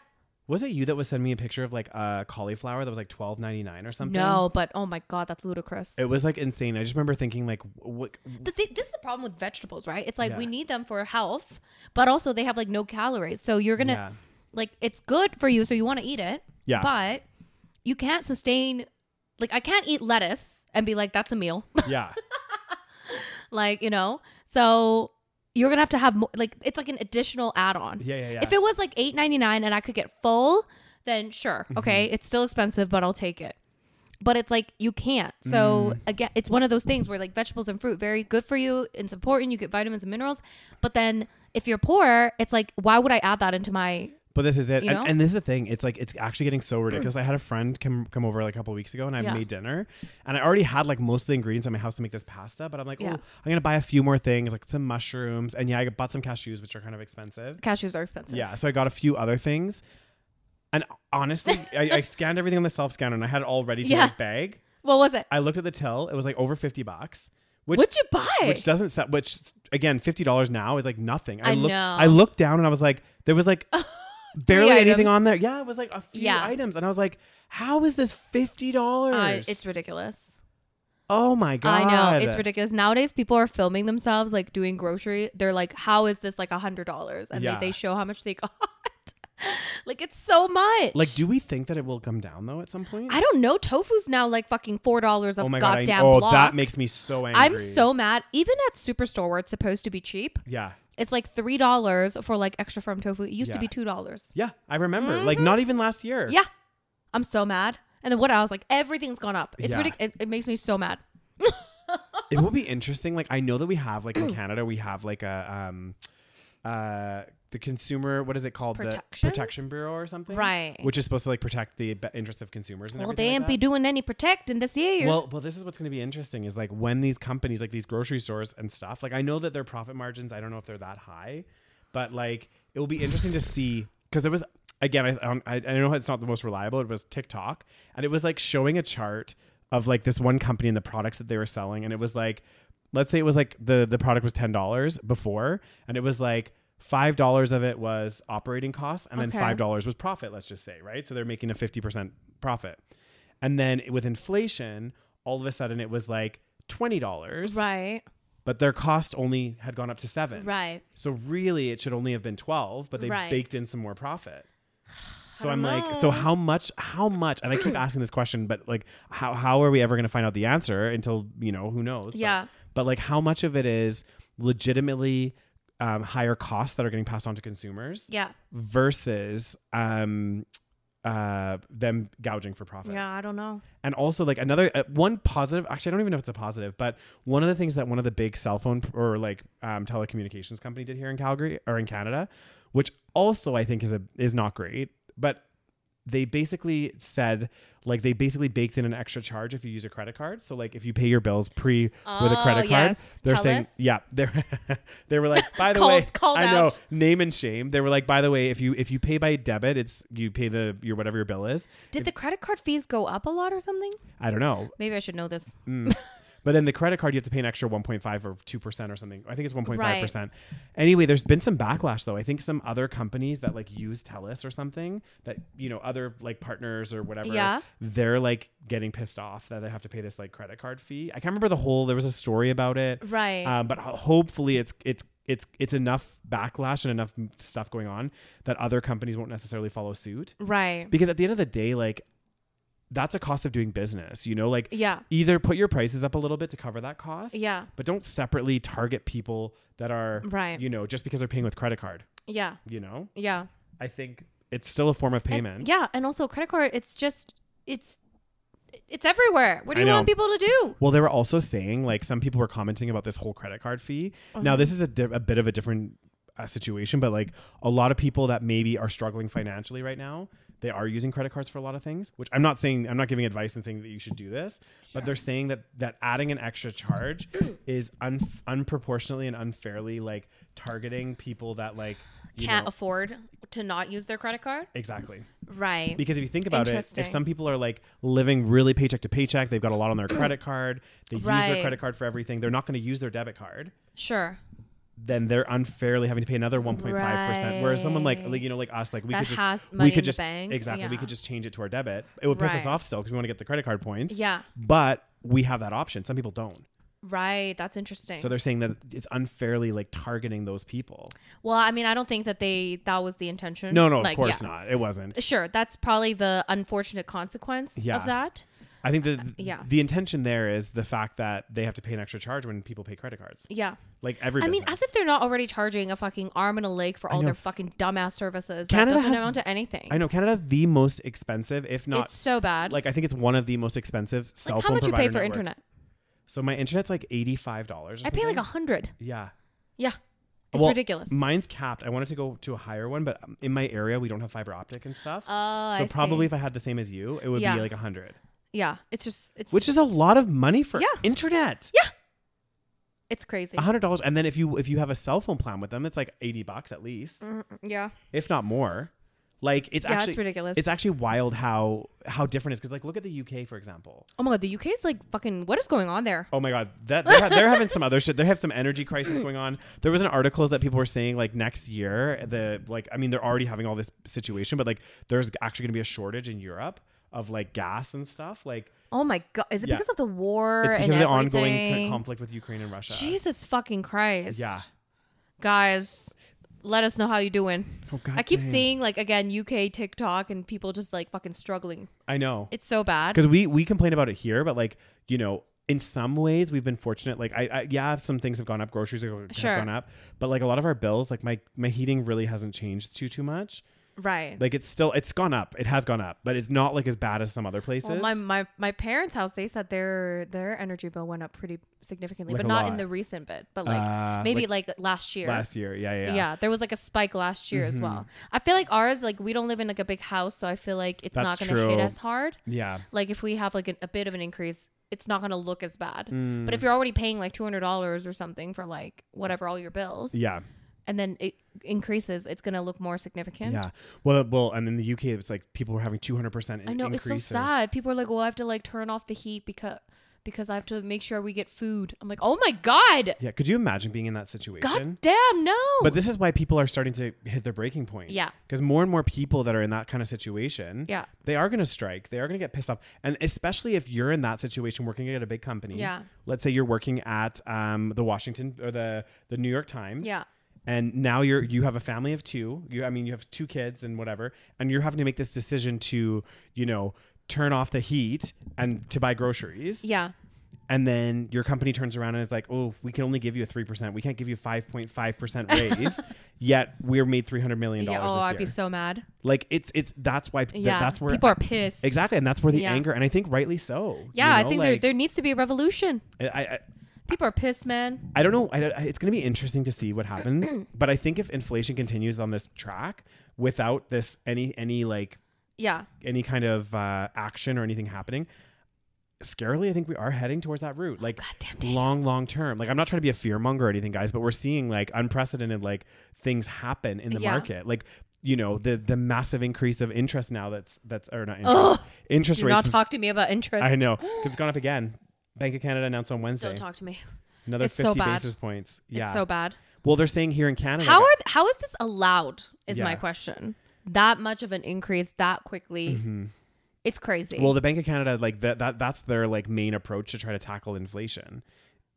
Was it you that was sending me a picture of like a cauliflower that was like twelve ninety nine or something?
No, but oh my god, that's ludicrous.
It was like insane. I just remember thinking like, what?
the thi- this is the problem with vegetables, right? It's like we
Yeah.
need them for health, but also they have like no calories. So you're gonna
Yeah.
like it's good for you, so you want to eat it.
Yeah.
But you can't sustain. Like I can't eat lettuce and be like that's a meal. (laughs)
Yeah.
like you know, so you're gonna have to have mo- like it's like an additional add-on.
Yeah, yeah, yeah.
If it was like eight ninety nine and I could get full, then sure,
Mm-hmm.
okay, it's still expensive, but I'll take it. But it's like you can't.
Mm.
So again, it's one of those things where like vegetables and fruit very good for you. It's important. You get vitamins and minerals. But then if you're poor, it's like why would I add that into my?
But this is it.
You know?
And, and this is the thing. It's like it's actually getting so ridiculous. I had a friend come come over like a couple weeks ago and I
Yeah.
made dinner and I already had like most of the ingredients in my house to make this pasta, but I'm like,
Yeah.
oh, I'm gonna buy a few more things, like some mushrooms. And yeah, I bought some cashews, which are kind of expensive.
Cashews are expensive.
Yeah. So I got a few other things. And
(laughs)
honestly, I, I scanned everything on the self scanner and I had it all ready to
Yeah.
like bag.
What was it?
I looked at the till, it was like over fifty bucks. Which
What'd you buy?
which doesn't sound, which again, fifty dollars now is like nothing.
I
look,
know.
I looked down and I was like, there
(laughs)
was like barely
Three
anything
items.
on there. Yeah, it was like a few
Yeah.
items, and I was like, how is this fifty
Uh,
dollars?
it's ridiculous.
oh my god,
I know it's ridiculous. Nowadays, people are filming themselves like doing grocery. They're like, "How is this like a hundred dollars?" And
Yeah.
they, they show how much they (laughs) got. like it's so much.
Like, do we think that it will come down though at some point?
I don't know. Tofu's now like fucking four dollars of
oh my god, I-
goddamn
oh
block.
that makes me so angry.
I'm so mad. Even at Superstore, where it's supposed to be cheap,
yeah.
it's like three dollars for like extra firm tofu. It used to
Yeah.
be two dollars.
Yeah, I remember. Like
Mm-hmm.
not even last year.
Yeah, I'm so mad. And then what else? Like everything's gone up. It's
Yeah.
ridic- it, it makes me so mad.
It will be interesting. Like I know that we have
(clears throat)
like in Canada we have like a um uh the consumer what is it called
Protection?
the protection bureau or something
Right.
which is supposed to like protect the be- interest of consumers and
Well, they
everything
ain't
like
be
that.
doing any protecting this year.
well well this is what's going to be interesting is like when these companies like these grocery stores and stuff like I know that their profit margins I don't know if they're that high but like it will be interesting to see because there was again I, um, I I know it's not the most reliable it was TikTok and it was like showing a chart of like this one company and the products that they were selling and it was like let's say it was like the the product was ten dollars before and it was like five dollars of it was operating costs and
Okay.
then five dollars was profit let's just say right so they're making a 50% profit and then with inflation all of a sudden it was like twenty dollars
right,
but their cost only had gone up to seven
right.
so really, it should only have been twelve, but they
Right.
baked in some
(sighs)
more profit. So
I
I'm
don't
like, so
know.
how much? How much? And I
(clears throat)
keep asking this question, but like, how how are we ever going to find out the answer until you know who knows? But-
Yeah.
But, like, how much of it is legitimately um, higher costs that are getting passed on to consumers
Yeah.
versus um, uh, them gouging for profit?
Yeah, I don't know.
And also, like another uh, one positive. Actually, I don't even know if it's a positive, but one of the things that one of the big cell phone p- or like um, telecommunications company did here in Calgary or in Canada, which also I think is a is not great, but they basically said like they basically baked in an extra charge if you use a credit card. So like if you pay your bills pre with a
Oh,
credit card,
yes.
they're
Tell
saying
us.
yeah, (laughs) they're they were like by the
Called-
way
called
I know
out.
name and shame. They were like by the way if you if you pay by debit, it's you pay the your whatever your bill is.
Did the credit card fees go up a lot or something?
I don't know.
Maybe I should know this.
Mm. (laughs) But then the credit card, you have to pay an extra 1.5 or 2% or something. I think it's 1.5%.
Right.
Anyway, there's been some backlash though. I think some other companies that like use TELUS or something that, you know, other like partners or whatever,
Yeah.
they're like getting pissed off that they have to pay this like credit card fee. I can't remember the whole, there was a story about it.
Right.
Um, but ho- hopefully it's, it's, it's, it's enough backlash and enough m- stuff going on that other companies won't necessarily follow suit
Right.
because at the end of the day like that's a cost of doing business. You know, like
Yeah.
either put your prices up a little bit to cover that cost.
Yeah.
But don't separately target people that are
Right.
You know, just because they're paying with credit card.
Yeah.
You know,
Yeah.
I think it's still a form of
And-
payment.
yeah, and also credit card. It's just it's it's everywhere. What do
I
you want
know.
people to do?
Well, they were also saying like some people were commenting about this whole credit card fee. Now, this is a, di- a bit of a different uh, situation, but like a lot of people that maybe are struggling financially right now, they are using credit cards for a lot of things. Which I'm not saying I'm not giving advice and saying that you should do this, but they're saying that that adding an extra charge is un- unproportionately and unfairly like targeting people that like you
Can't
know-
afford to not use their credit card.
exactly.
Right.
Because if you think about it,
Interesting.
if some people are like living really paycheck to paycheck, they've got a
(clears throat)
lot on their credit card, they use
Right.
their credit card for everything, they're not going to use their debit card,
sure.
then they're unfairly having to pay another 1.5%. Whereas someone like, like, you know, like us, like we
That
could just,
has
we
money in
could
the
just,
bank,
exactly, we
yeah.
could just change it to our debit. It would piss us
Right.
off still because we want to get the credit card points.
Yeah.
But we have that option. Some people don't.
Right. That's interesting.
So they're saying that it's unfairly like targeting those people.
well, I mean, I don't think that they that was the intention.
No, no,
Like,
of course
yeah.
not. It wasn't.
Sure. That's probably the unfortunate consequence
Yeah.
of that.
I think the
yeah.
the intention there is the fact that they have to pay an extra charge when people pay credit cards.
Yeah.
Like every
I mean,
business.
as if they're not already charging a fucking arm and a leg for all
know.
their fucking dumbass services.
Canada
that doesn't
has-
amount to anything.
I know Canada's the most expensive, if not
it's so bad.
like I think it's one of the most expensive cell
like how
phone
much you pay
provider
for
network.
internet?
So my internet's like eighty five dollars.
I pay like a hundred.
yeah.
Yeah. It's
Well,
ridiculous.
Mine's capped. I wanted to go to a higher one, but um, in my area we don't have fiber optic and stuff.
oh, I
so
see.
probably if I had the same as you, it would
Yeah.
be like a hundred,
Yeah, it's just it's
which is a lot of money for
Yeah.
internet.
it's crazy.
A hundred dollars, and then if you if you have a cell phone plan with them, it's like eighty bucks at least.
Mm, Yeah,
if not more. Like it's
Yeah, it's
actually
ridiculous.
It's actually wild how how different it is because like look at the UK for example.
Oh my god, the UK is like fucking. What is going on there?
Oh my god, that they're, ha- they're having some other shit. They have some energy crisis going on. There was an article that people were saying like next year the like I mean they're already having all this situation, but like there's actually going to be a shortage in Europe of like gas and stuff. Like
Oh my god, is it
Yeah.
because of the war
it's because
and
of the ongoing co-
everything?
conflict with Ukraine and Russia.
Jesus fucking Christ.
Yeah.
guys, let us know how you doing.
Oh, God
I keep
dang.
seeing like again UK TikTok and people just like fucking struggling.
I know.
It's so bad.
because we we complain about it here, but like you know, in some ways we've been fortunate. Like I, I yeah, some things have gone up, groceries have, go- have
Sure.
gone up, but like a lot of our bills, like my my heating really hasn't changed too too much.
Right.
Like it's still it's gone up, it has gone up, but it's not like as bad as some other places.
well, my, my my parents' house, they said their their energy bill went up pretty significantly,
Like
but
a
not
lot.
in the recent bit, but like
Uh,
maybe like, last year.
last year, yeah, yeah, Mm-hmm.
yeah.
yeah.
there was like a spike last year as well. I feel like ours, like we don't live in like a big house, so I feel like it's not
That's
going to hit
true.
us hard.
Yeah.
Like if we have like an, a bit of an increase, it's not going to look as bad. But
Mm.
if you're already paying like two hundred dollars or something for like whatever all your bills,
Yeah,
and then it increases, it's going to look more significant.
yeah. Well, well, and in the UK, it's like people were having two hundred percent.
I know it's so sad. People are like, "Well, I have to like turn off the heat because because I have to make sure we get food." I'm like, "Oh my god,
Yeah, could you imagine being in that situation?
god damn no!"
But this is why people are starting to hit their breaking point.
Yeah.
Because more and more people that are in that kind of situation,
Yeah.
they are going to strike. They are going to get pissed off. And especially if you're in that situation working at a big company.
Yeah.
Let's say you're working at um, the Washington or the, the New York Times.
Yeah.
And now you're you have a family of two. You I mean you have two kids and whatever, and you're having to make this decision to, you know, turn off the heat and to buy groceries.
yeah,
And then your company turns around and is like, oh, we can only give you a 3%. We can't give
(laughs)
you 5.5% raise. yet we're made $300 million
yeah. Oh,
this
I'd
year.
be so mad.
like it's, it's, that's why, th-
Yeah,
that's where
people are pissed.
Exactly. And that's where the
Yeah.
anger, and I think rightly so. you
Yeah, I
know,
think there,
like,
there needs to be a revolution.
I, I,
People are pissed, man.
I don't know. I, don't- it's going to be interesting to see what
(clears throat)
happens. but I think if inflation continues on this track without this, any, any like,
Yeah.
any kind of uh, action or anything happening, scarily, I think we are heading towards that route. Like long, long term. Like I'm not trying to be a fear monger or anything, guys, but we're seeing like unprecedented like things happen in the
Yeah.
market. Like you know the the massive increase of interest now that's that's or not interest,
Ugh.
interest
Do
rates.
not
is-
talk to me about interest.
I know because it's
(gasps)
gone up again. Bank of Canada announced on Wednesday
Don't talk to me.
another
It's so
50
bad.
basis points. Yeah.
It's so bad.
well, they're saying here in Canada.
How
that-
are th- how is this allowed? Is my
Yeah.
question. That much of an increase that quickly. It's crazy.
Mm-hmm. Well, the Bank of Canada, like that, that that's their like main approach to try to tackle inflation,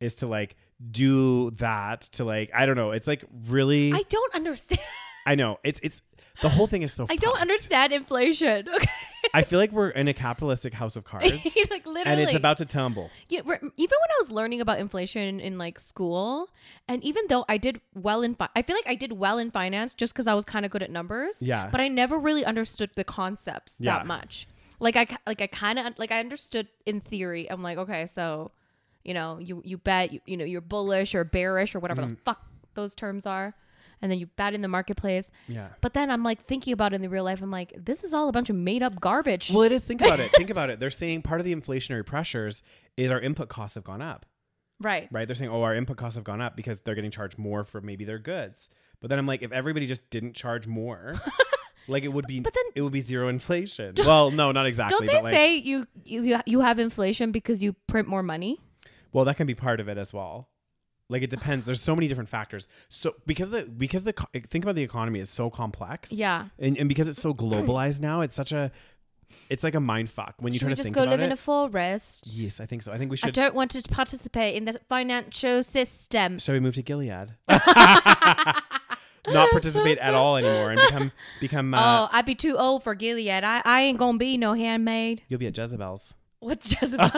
is to like do that to like I don't know. It's like really
I
I,
don't understand. (laughs)
know it's it's the whole thing is so.
I don't
fucked.
understand inflation. (laughs) Okay.
I feel like we're in a
(laughs)
capitalistic house of cards,
like literally.
and it's about to tumble.
Yeah, re- even when I was learning about inflation in like school, and even though I did well in, fi- I feel like I did well in finance just because I was kind of good at numbers.
Yeah.
But I never really understood the concepts
Yeah.
that much. Like I, ki- like I kind of like I understood in theory. I'm like, okay, so, you know, you you bet, you, you know, you're bullish or bearish or whatever
Mm.
the fuck those terms are, and then you bet in the marketplace.
Yeah.
But then I'm like thinking about it in the real life. I'm like, this is all a bunch of made up garbage.
Well, it is. Think about it.
(laughs)
Think about it. They're saying part of the inflationary pressures is our input costs have gone up,
right.
right? They're saying, oh, our input costs have gone up because they're getting charged more for maybe their goods. But then I'm like, if everybody just didn't
(laughs)
charge more, like it would be,
But then-
it would be zero inflation. Well, no, not exactly.
Don't they
but like,
say you, you you have inflation because you print more money?
Well, that can be part of it as well. Like it depends. There's so many different factors. So because the because the co- think about the economy is so complex.
Yeah.
And, and because
(clears throat)
it's so globalized now, it's such a it's like a mind fuck when you
Should
try
we
to
just
think
go
about
live
it.
in a forest?
yes, I think so. I think we
I
should.
don't want to participate in the financial system.
Shall we move
(laughs)
to Gilead? Not participate at all anymore and become become. Uh,
oh, I'd be too old for Gilead. I, I ain't gonna be no (laughs) handmaid.
You'll be at Jezebel's.
What's
(laughs)
Jezebel's?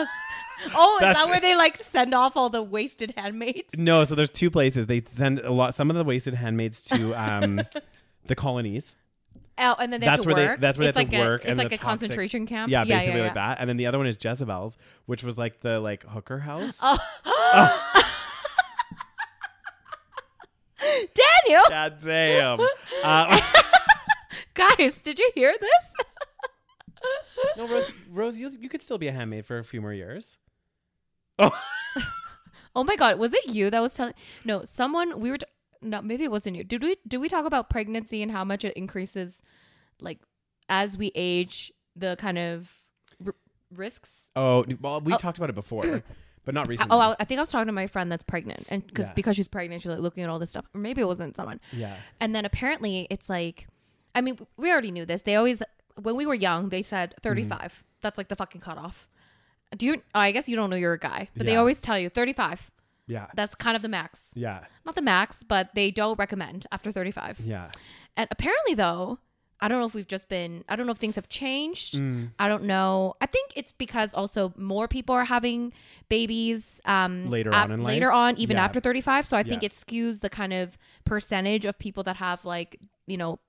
oh, is
That's-
that where they like send off all the wasted handmaids?
No, so there's two places they send a lot. Some of the wasted handmaids
(laughs)
to um, the colonies.
Oh, and then they have
That's
to
where they-
work.
that's where they
it's
have to
like
work
A, it's
and
like
the
a
toxic-
concentration camp.
Yeah, basically like that. And then the other one is Jezebel's, which was like the like hooker house.
Oh. (laughs) Daniel,
God damn. Uh,
(laughs) guys, did you hear this?
no, Rose, Rose you, you could still be a handmaid for a few more years. Oh,
Oh my god, was it you that was telling? No, someone we were. T- no, maybe it wasn't you. Did we did we talk about pregnancy and how much it increases, like as we age, the kind of r- risks?
oh well, we talked about
(clears throat)
it before, but not recently.
Oh, I, I think I was talking to my friend that's pregnant, and because
Yeah.
because she's pregnant, she's like looking at all this stuff. Or maybe it wasn't someone.
yeah.
And then apparently it's like, I mean, we already knew this. They always when we were young, they said
Mm-hmm.
thirty That's like the fucking cutoff. Do you? Oh, I guess you don't know you're a guy, but they
Yeah.
always tell you thirty five.
Yeah.
That's kind of the max.
Yeah.
not the max, but they don't recommend after 35.
Yeah.
And apparently, though, I don't know if we've just been, I don't know if things have changed.
Mm.
I don't know. I think it's because also more people are having babies um,
Later on in life.
Later on, even
Yeah.
after 35. So I think
Yeah.
it skews the kind of percentage of people that have, like, you know,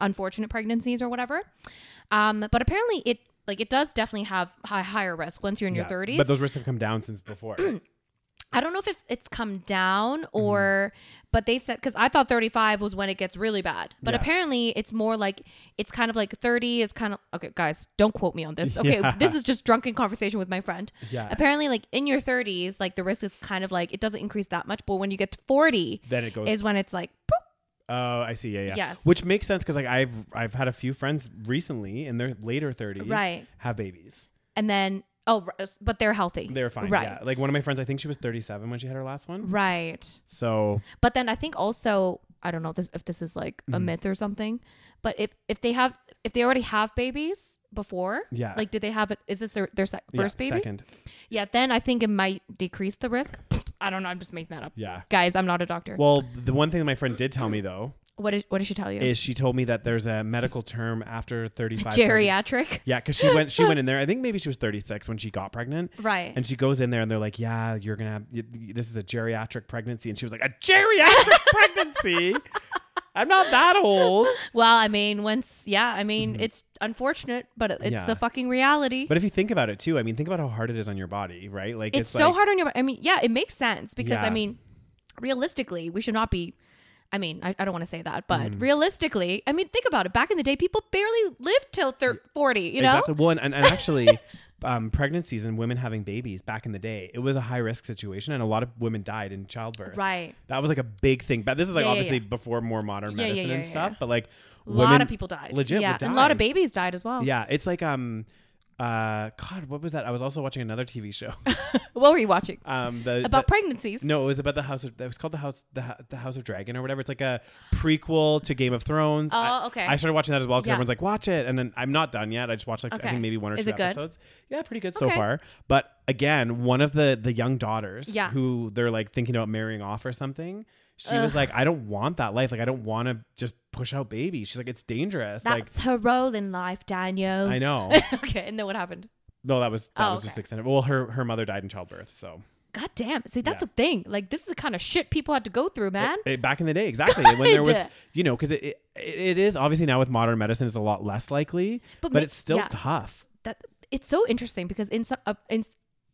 unfortunate pregnancies or whatever. Um, but apparently, it, like it does definitely have high, higher risk once you're in
Yeah.
your 30s.
But those risks have come down
(clears throat)
since before.
I don't know if it's it's come down
Mm-hmm.
or but they said cuz I thought 35 was when it gets really bad. But
Yeah.
apparently it's more like it's kind of like 30 is kind of Okay, guys, don't quote me on this. Okay,
(laughs) Yeah.
this is just drunken conversation with my friend.
Yeah.
Apparently like in your 30s like the risk is kind of like it doesn't increase that much, but when you get to 40
then it goes
is when it's like boop.
Oh, I see. Yeah, yeah.
Yes.
Which makes sense because like I've I've had a few friends recently in their later 30s
Right.
have babies.
and then oh, r- but they're healthy.
They're fine.
Right.
Yeah. Like one of my friends, I think she was 37 when she had her last one.
Right.
So
But then I think also I don't know this, if this is like
Mm-hmm.
a myth or something, but if if they have if they already have babies before,
Yeah.
like did they have it? Is this their their sec-
yeah,
first baby?
second.
Yeah, then I think it might decrease the risk. (sniffs) I don't know. I'm just making that up.
Yeah.
guys, I'm not a doctor.
Well, the one thing that my friend did tell me though
what did what did she tell you?
is she told me that there's a medical term after 35. 30. (laughs)
Geriatric, (laughs)
Yeah, because she went she went in there. I think maybe she was 36 when she got pregnant.
right?
And she goes in there and they're like, "Yeah, you're gonna have y- y- this is a geriatric pregnancy," and she was like, "A geriatric (laughs) pregnancy? I'm not that old."
well, I mean, once yeah, I mean, it's unfortunate, but it- it's
Mm-hmm. Yeah.
the fucking reality.
But if you think about it too, I mean, think about how hard it is on your body, right? Like
it's,
it's,
so
like,
hard on your i mean yeah it makes sense because
Yeah.
i mean realistically we should not be i mean i, I don't want to say that but
Mm.
realistically i mean think about it back in the day people barely lived till thir- 40 you know
Exactly. Well, and, and, and actually, (laughs) um, pregnancies and women having babies back in the day, it was a high risk situation, and a lot of women died in childbirth.
right
That was like a big thing. But this is like
Yeah, yeah,
obviously
yeah.
before more modern
Yeah, yeah,
medicine
yeah,
and
yeah,
stuff.
yeah.
But like,
a lot of people died
legit
yeah
would
and a lot of
die.
babies died as well
Yeah, it's like um, uh, God, what was that? I was also watching another TV show.
what were you watching
Um, the
about
the-
pregnancies
no, it was about the house of. It was called the house, the, Ho- the House of Dragon or whatever. It's like a prequel to Game of Thrones.
Oh,
I-
okay.
I started watching that as well because
Yeah.
everyone's like, watch it, and then I'm not done yet. I just watched like I
Okay.
think maybe one or
Is
two
it good?
episodes. Yeah, pretty good so
Okay.
far. But again, one of the the young daughters,
Yeah.
who they're like thinking about marrying off or something. She was like, I don't want that life. Like, I don't want to just push out babies. She's like, it's dangerous. like,
That's her role in life, Daniel.
I know.
(laughs) okay, and then what happened?
No, that was that
Oh,
was just
okay.
the extent of. Well, her her mother died in childbirth, so
God damn. See, that's
Yeah.
the thing. Like, this is the kind of shit people had to go through, man.
Eh, back in the day, exactly when there was,
God.
you know, because it, it it is obviously now with modern medicine it's a lot less likely,
But
but,
ma-
it's still
yeah.
tough.
that it's so interesting because in some uh, in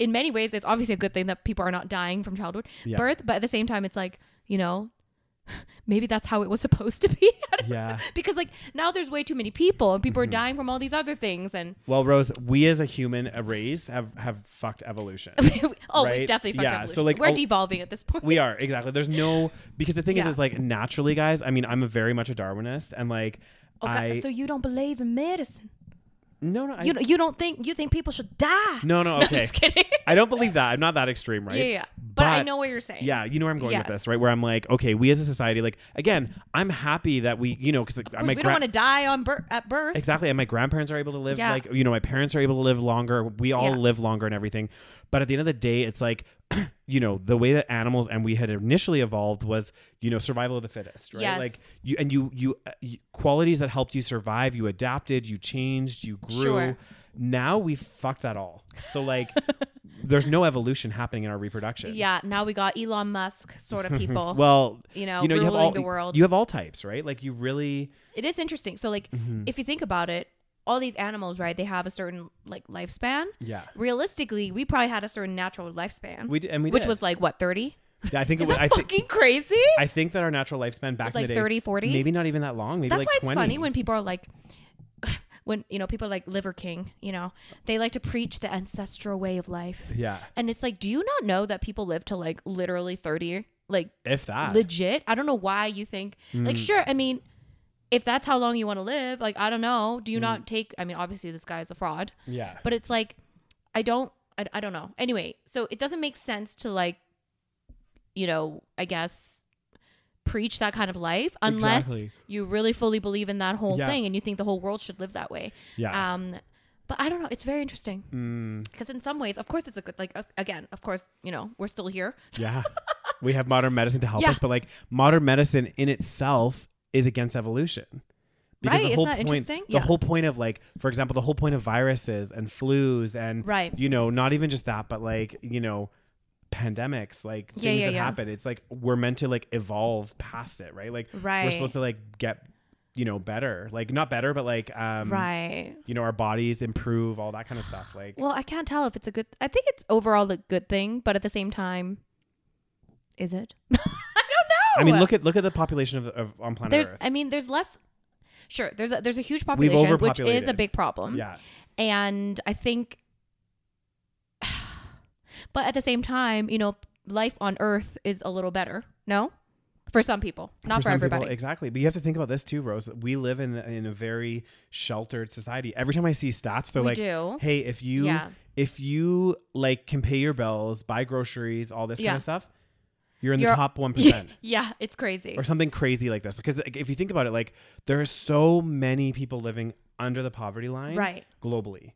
in many ways it's obviously a good thing that people are not dying from childhood
Yeah.
birth, but at the same time it's like you know (sighs) maybe that's how it was supposed to be. (laughs) I don't know.
Yeah.
because like now there's way too many people and people
Mm-hmm.
are dying from all these other things and (laughs)
Well, Rose, we as a human a race have have fucked
(laughs)
evolution.
oh we've
Right?
definitely fucked
Yeah,
evolution.
so, like,
we're
oh-
devolving at this point.
we are exactly. There's no because the thing
Yeah.
is, is like naturally, guys. I mean, I'm a very much a Darwinist, and like
Oh, God,
I
so you don't believe in medicine?
no no I,
You you don't think you think people should die?
no
(laughs)
no
I'm
okay.
just kidding.
I don't believe that. I'm not that extreme, right?
yeah, yeah. But, I know what you're saying.
Yeah, you know where I'm going with
Yes.
this, right? Where I'm like, okay, we as a society, like, again, I'm happy that we, you know, because like,
Of course, we don't want to die on bir- at birth.
exactly, and my grandparents are able to live,
Yeah.
like, you know, my parents are able to live longer. We all
Yeah.
live longer and everything. But at the end of the day, it's like, (clears throat) you know, the way that animals and we had initially evolved was, you know, survival of the fittest, right?
Yes.
Like, you and you, you, uh, you qualities that helped you survive, you adapted, you changed, you grew.
Sure.
Now we fucked that all.
(laughs)
So like, there's no evolution happening in our reproduction.
Yeah, now we got Elon Musk sort
(laughs)
of people.
Well,
you know,
you know, you have
ruling
all
the world.
You have all types, right? Like you really,
it is interesting. So like
Mm-hmm.
if you think about it, all these animals, right, they have a certain like lifespan.
yeah.
Realistically, we probably had a certain natural lifespan.
We d- and we
which
did.
was like what, 30?
Yeah, I think it
Is (laughs)
was.
that
I think
fucking crazy?
I think that our natural lifespan back
It's
in
like
the day,
30, 40?
maybe not even that long. Maybe
That's
like
why it's
20.
funny when people are like (sighs) when you know, people are like liver king, you know, they like to preach the ancestral way of life.
yeah,
And it's like, do you not know that people live to like literally 30? Like
if that.
legit. I don't know why you think like
Mm.
sure. I mean, if that's how long you want to live, like I don't know. Do you
Mm.
not take? I mean, obviously this guy is a fraud,
yeah,
but it's like I don't. I, I don't know. Anyway, so it doesn't make sense to like, you know, I guess preach that kind of life unless
Exactly.
you really fully believe in that whole
Yeah. Ah.
thing and you think the whole world should live that way.
yeah.
Um, but I don't know. It's very interesting
Mm,
because in some ways, of course, it's a good like. Uh, again, of course, you know, we're still here.
yeah. we have modern medicine to help
Yeah.
us, but like modern medicine in itself is against evolution.
Right, isn't that
point,
interesting?
the
Yeah.
whole point of like, for example, the whole point of viruses and flus and
Right.
you know, not even just that, but like, you know, pandemics, like
Yeah,
things
yeah,
that
yeah.
happen. It's like we're meant to like evolve past it, right? Like
Right.
we're supposed to like get, you know, better. Like not better, but like um
right.
you know, our bodies improve, all that kind of stuff. Like
Well, I can't tell if it's a good. I think it's overall a good thing, but at the same time, is it? (laughs) I don't know.
I mean, look at look at the population of, of on planet
there's.
Earth.
I mean, there's less. Sure, there's a there's a huge population, which is a
overpopulated.
big problem.
yeah.
and I think, (sighs) but at the same time, you know, life on Earth is a little better. No, for some people, not for,
some people,
everybody.
exactly. But you have to think about this too, Rose. We live in in a very sheltered society. Every time I see stats, they're
We
like,
do.
"Hey, if you
Yeah.
if you like can pay your bills, buy groceries, all this
Yeah.
kind of stuff, you're in
You're- (laughs)
the top one
yeah,
percent
yeah, it's crazy.
or something crazy like this." Because like, if you think about it, like there are so many people living under the poverty line,
Right.
globally.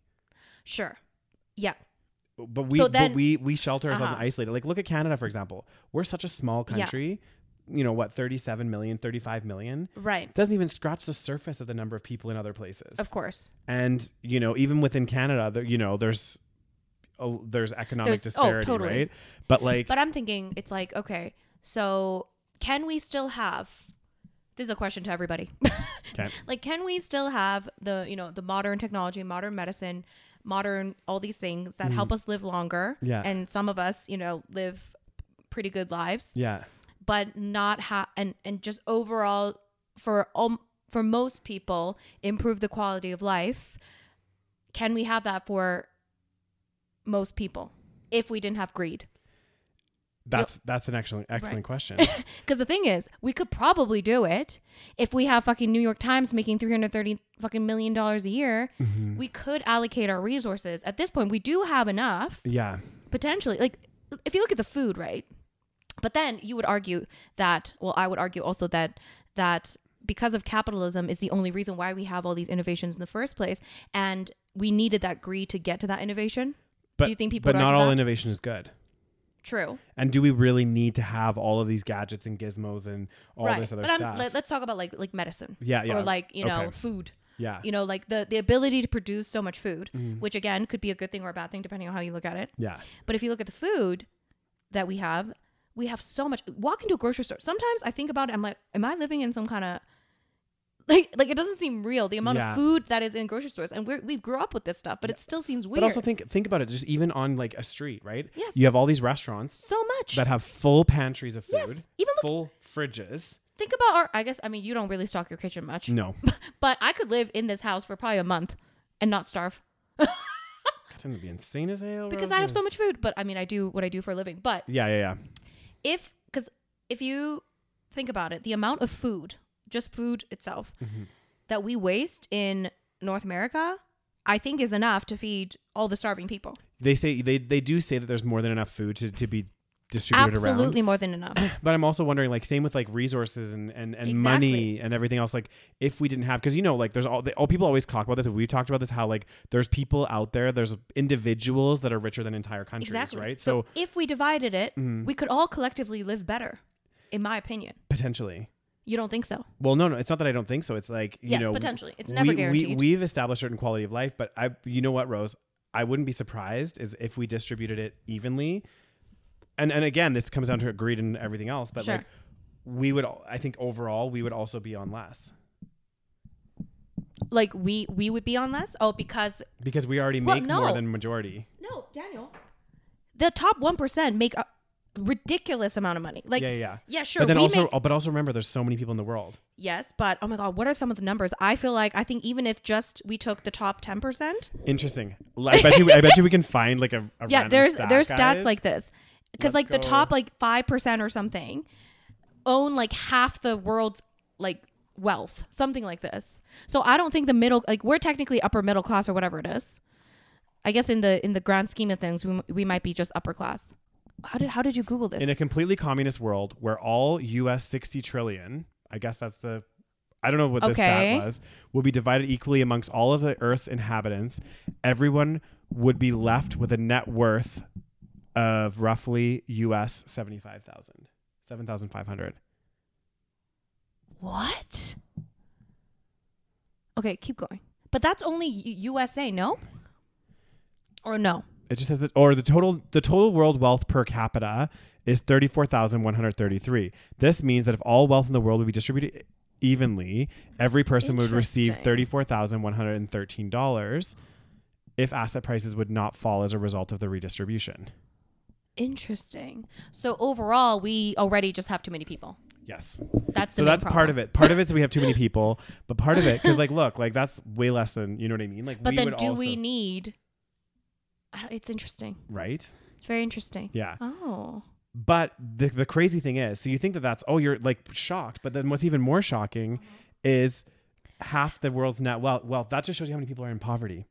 Sure. Yeah.
But we
So
but
then-
we we shelter ourselves
Uh-huh.
and isolate. Like look at Canada for example. We're such a small
Yeah.
country. You know what, 37 million, 35 million
Right.
doesn't even scratch the surface of the number of people in other places.
Of course.
And you know, even within Canada, there, you know, there's oh, there's economic
There's- oh,
disparity,
totally.
right? But like,
But I'm thinking it's like, okay, so can we still have this is a question to everybody.
(laughs) okay,
like can we still have the, you know, the modern technology, modern medicine, modern all these things that help us live longer
Mm. Yeah.
and some of us, you know, live pretty good lives,
yeah,
but not have and and just overall for all for most people improve the quality of life. Can we have that for most people if we didn't have greed?
that's that's an excellent excellent
Right. (laughs)
question.
Because the thing is, we could probably do it if we have fucking New York Times making three hundred thirty fucking million dollars a year.
Mm-hmm.
We could allocate our resources. At this point, we do have enough
yeah,
potentially. Like, if you look at the food, right? But then you would argue that. Well, I would argue also that that because of capitalism is the only reason why we have all these innovations in the first place, and we needed that greed to get to that innovation.
but
you think people
But
would
not
argue
all
that?
innovation is good.
True.
And do we really need to have all of these gadgets and gizmos and all
right.
this other
but I'm-
stuff?
let- let's talk about like like medicine.
Yeah, yeah.
Or like you know
Okay.
food.
yeah.
You know, like the the ability to produce so much food,
Mm-hmm.
which again could be a good thing or a bad thing depending on how you look at it.
yeah.
But if you look at the food that we have, we have so much. Walk into a grocery store. Sometimes I think about it. I'm like, am I living in some kind of like like it doesn't seem real the amount
Yeah.
of food that is in grocery stores and we we grew up with this stuff but it still seems weird
But also think think about it. Just even on like a street, right?
Yes.
You have all these restaurants
so much
that have full pantries of food,
Yes. Even look-
full fridges.
think about our i guess i mean you don't really stock your kitchen much
No,
(laughs) but i could live in this house for probably a month and not starve
that's gonna be insane as hell.
because i have so
Roses.
much food but i mean i do what i do for a living but
Yeah, yeah, yeah.
if because if you think about it the amount of food just food itself
Mm-hmm.
that we waste in north america i think is enough to feed all the starving people
They say they they do say that there's more than enough food to, to be distributed around.
absolutely more than enough
But I'm also wondering, like, same with like resources and and, and
Exactly.
money and everything else. Like, if we didn't have, because you know, like, there's all they, all people always talk about this. And we've talked about this how like there's people out there, there's individuals that are richer than entire countries,
exactly
right?
so,
So, Mm-hmm.
if we divided it we could all collectively live better in my opinion
potentially,
you don't think so
well, no, no, it's not that I don't think so. It's like you
Yes,
know,
potentially. It's
we-
never
We,
guaranteed.
we've established certain quality of life, but I, you know what, Rose, I wouldn't be surprised is if we distributed it evenly, and and again, this comes down to greed and everything else, but
Sure.
like. We would, al- I think, overall, we would also be on less.
like we we would be on less oh because
Because we already
Well,
make
no.
more than majority.
no daniel the top 1% make a ridiculous amount of money like
yeah, yeah, yeah.
yeah, sure
But then
we
also,
make-
oh, but also remember, there's so many people in the world.
yes but oh my god what are some of the numbers i feel like i think even if just we took the top 10% (laughs)
Interesting. L- I bet you, I bet you, we can find like a, a
yeah
random
there's
stat,
there's
guys.
stats like this because
Let's
like the
go.
top like 5% or something own like half the world's like wealth something like this so i don't think the middle like we're technically upper middle class or whatever it is i guess in the in the grand scheme of things we, m- we might be just upper class how did how did you google this
In a completely communist world where all U.S. 60 trillion, I guess that's the, I don't know what this
Okay.
stat was, will be divided equally amongst all of the Earth's inhabitants. Everyone would be left with a net worth of roughly U.S. 75,000, 7,500.
what okay keep going but that's only U- usa no or no
It just says that, or the total the total world wealth per capita is thirty four thousand one hundred thirty three. This means that if all wealth in the world would be distributed e-, evenly, every person would receive
Interesting.
thirty four thousand one hundred and thirteen dollars. If asset prices would not fall as a result of the redistribution.
interesting so overall we already just have too many people
Yes.
that's the
So
main
that's
problem.
part of it. Part of it is we have
(laughs)
too many people, but part of it because like look, like that's way less than you know what I mean. Like,
But
we
then,
would
do
also,
we need? I don't, it's interesting.
right?
It's very interesting.
Yeah.
Oh,
But the, the crazy thing is, so you think that that's, oh, you're like shocked. But then what's even more shocking is half the world's net wealth. Well, that just shows you how many people are in poverty.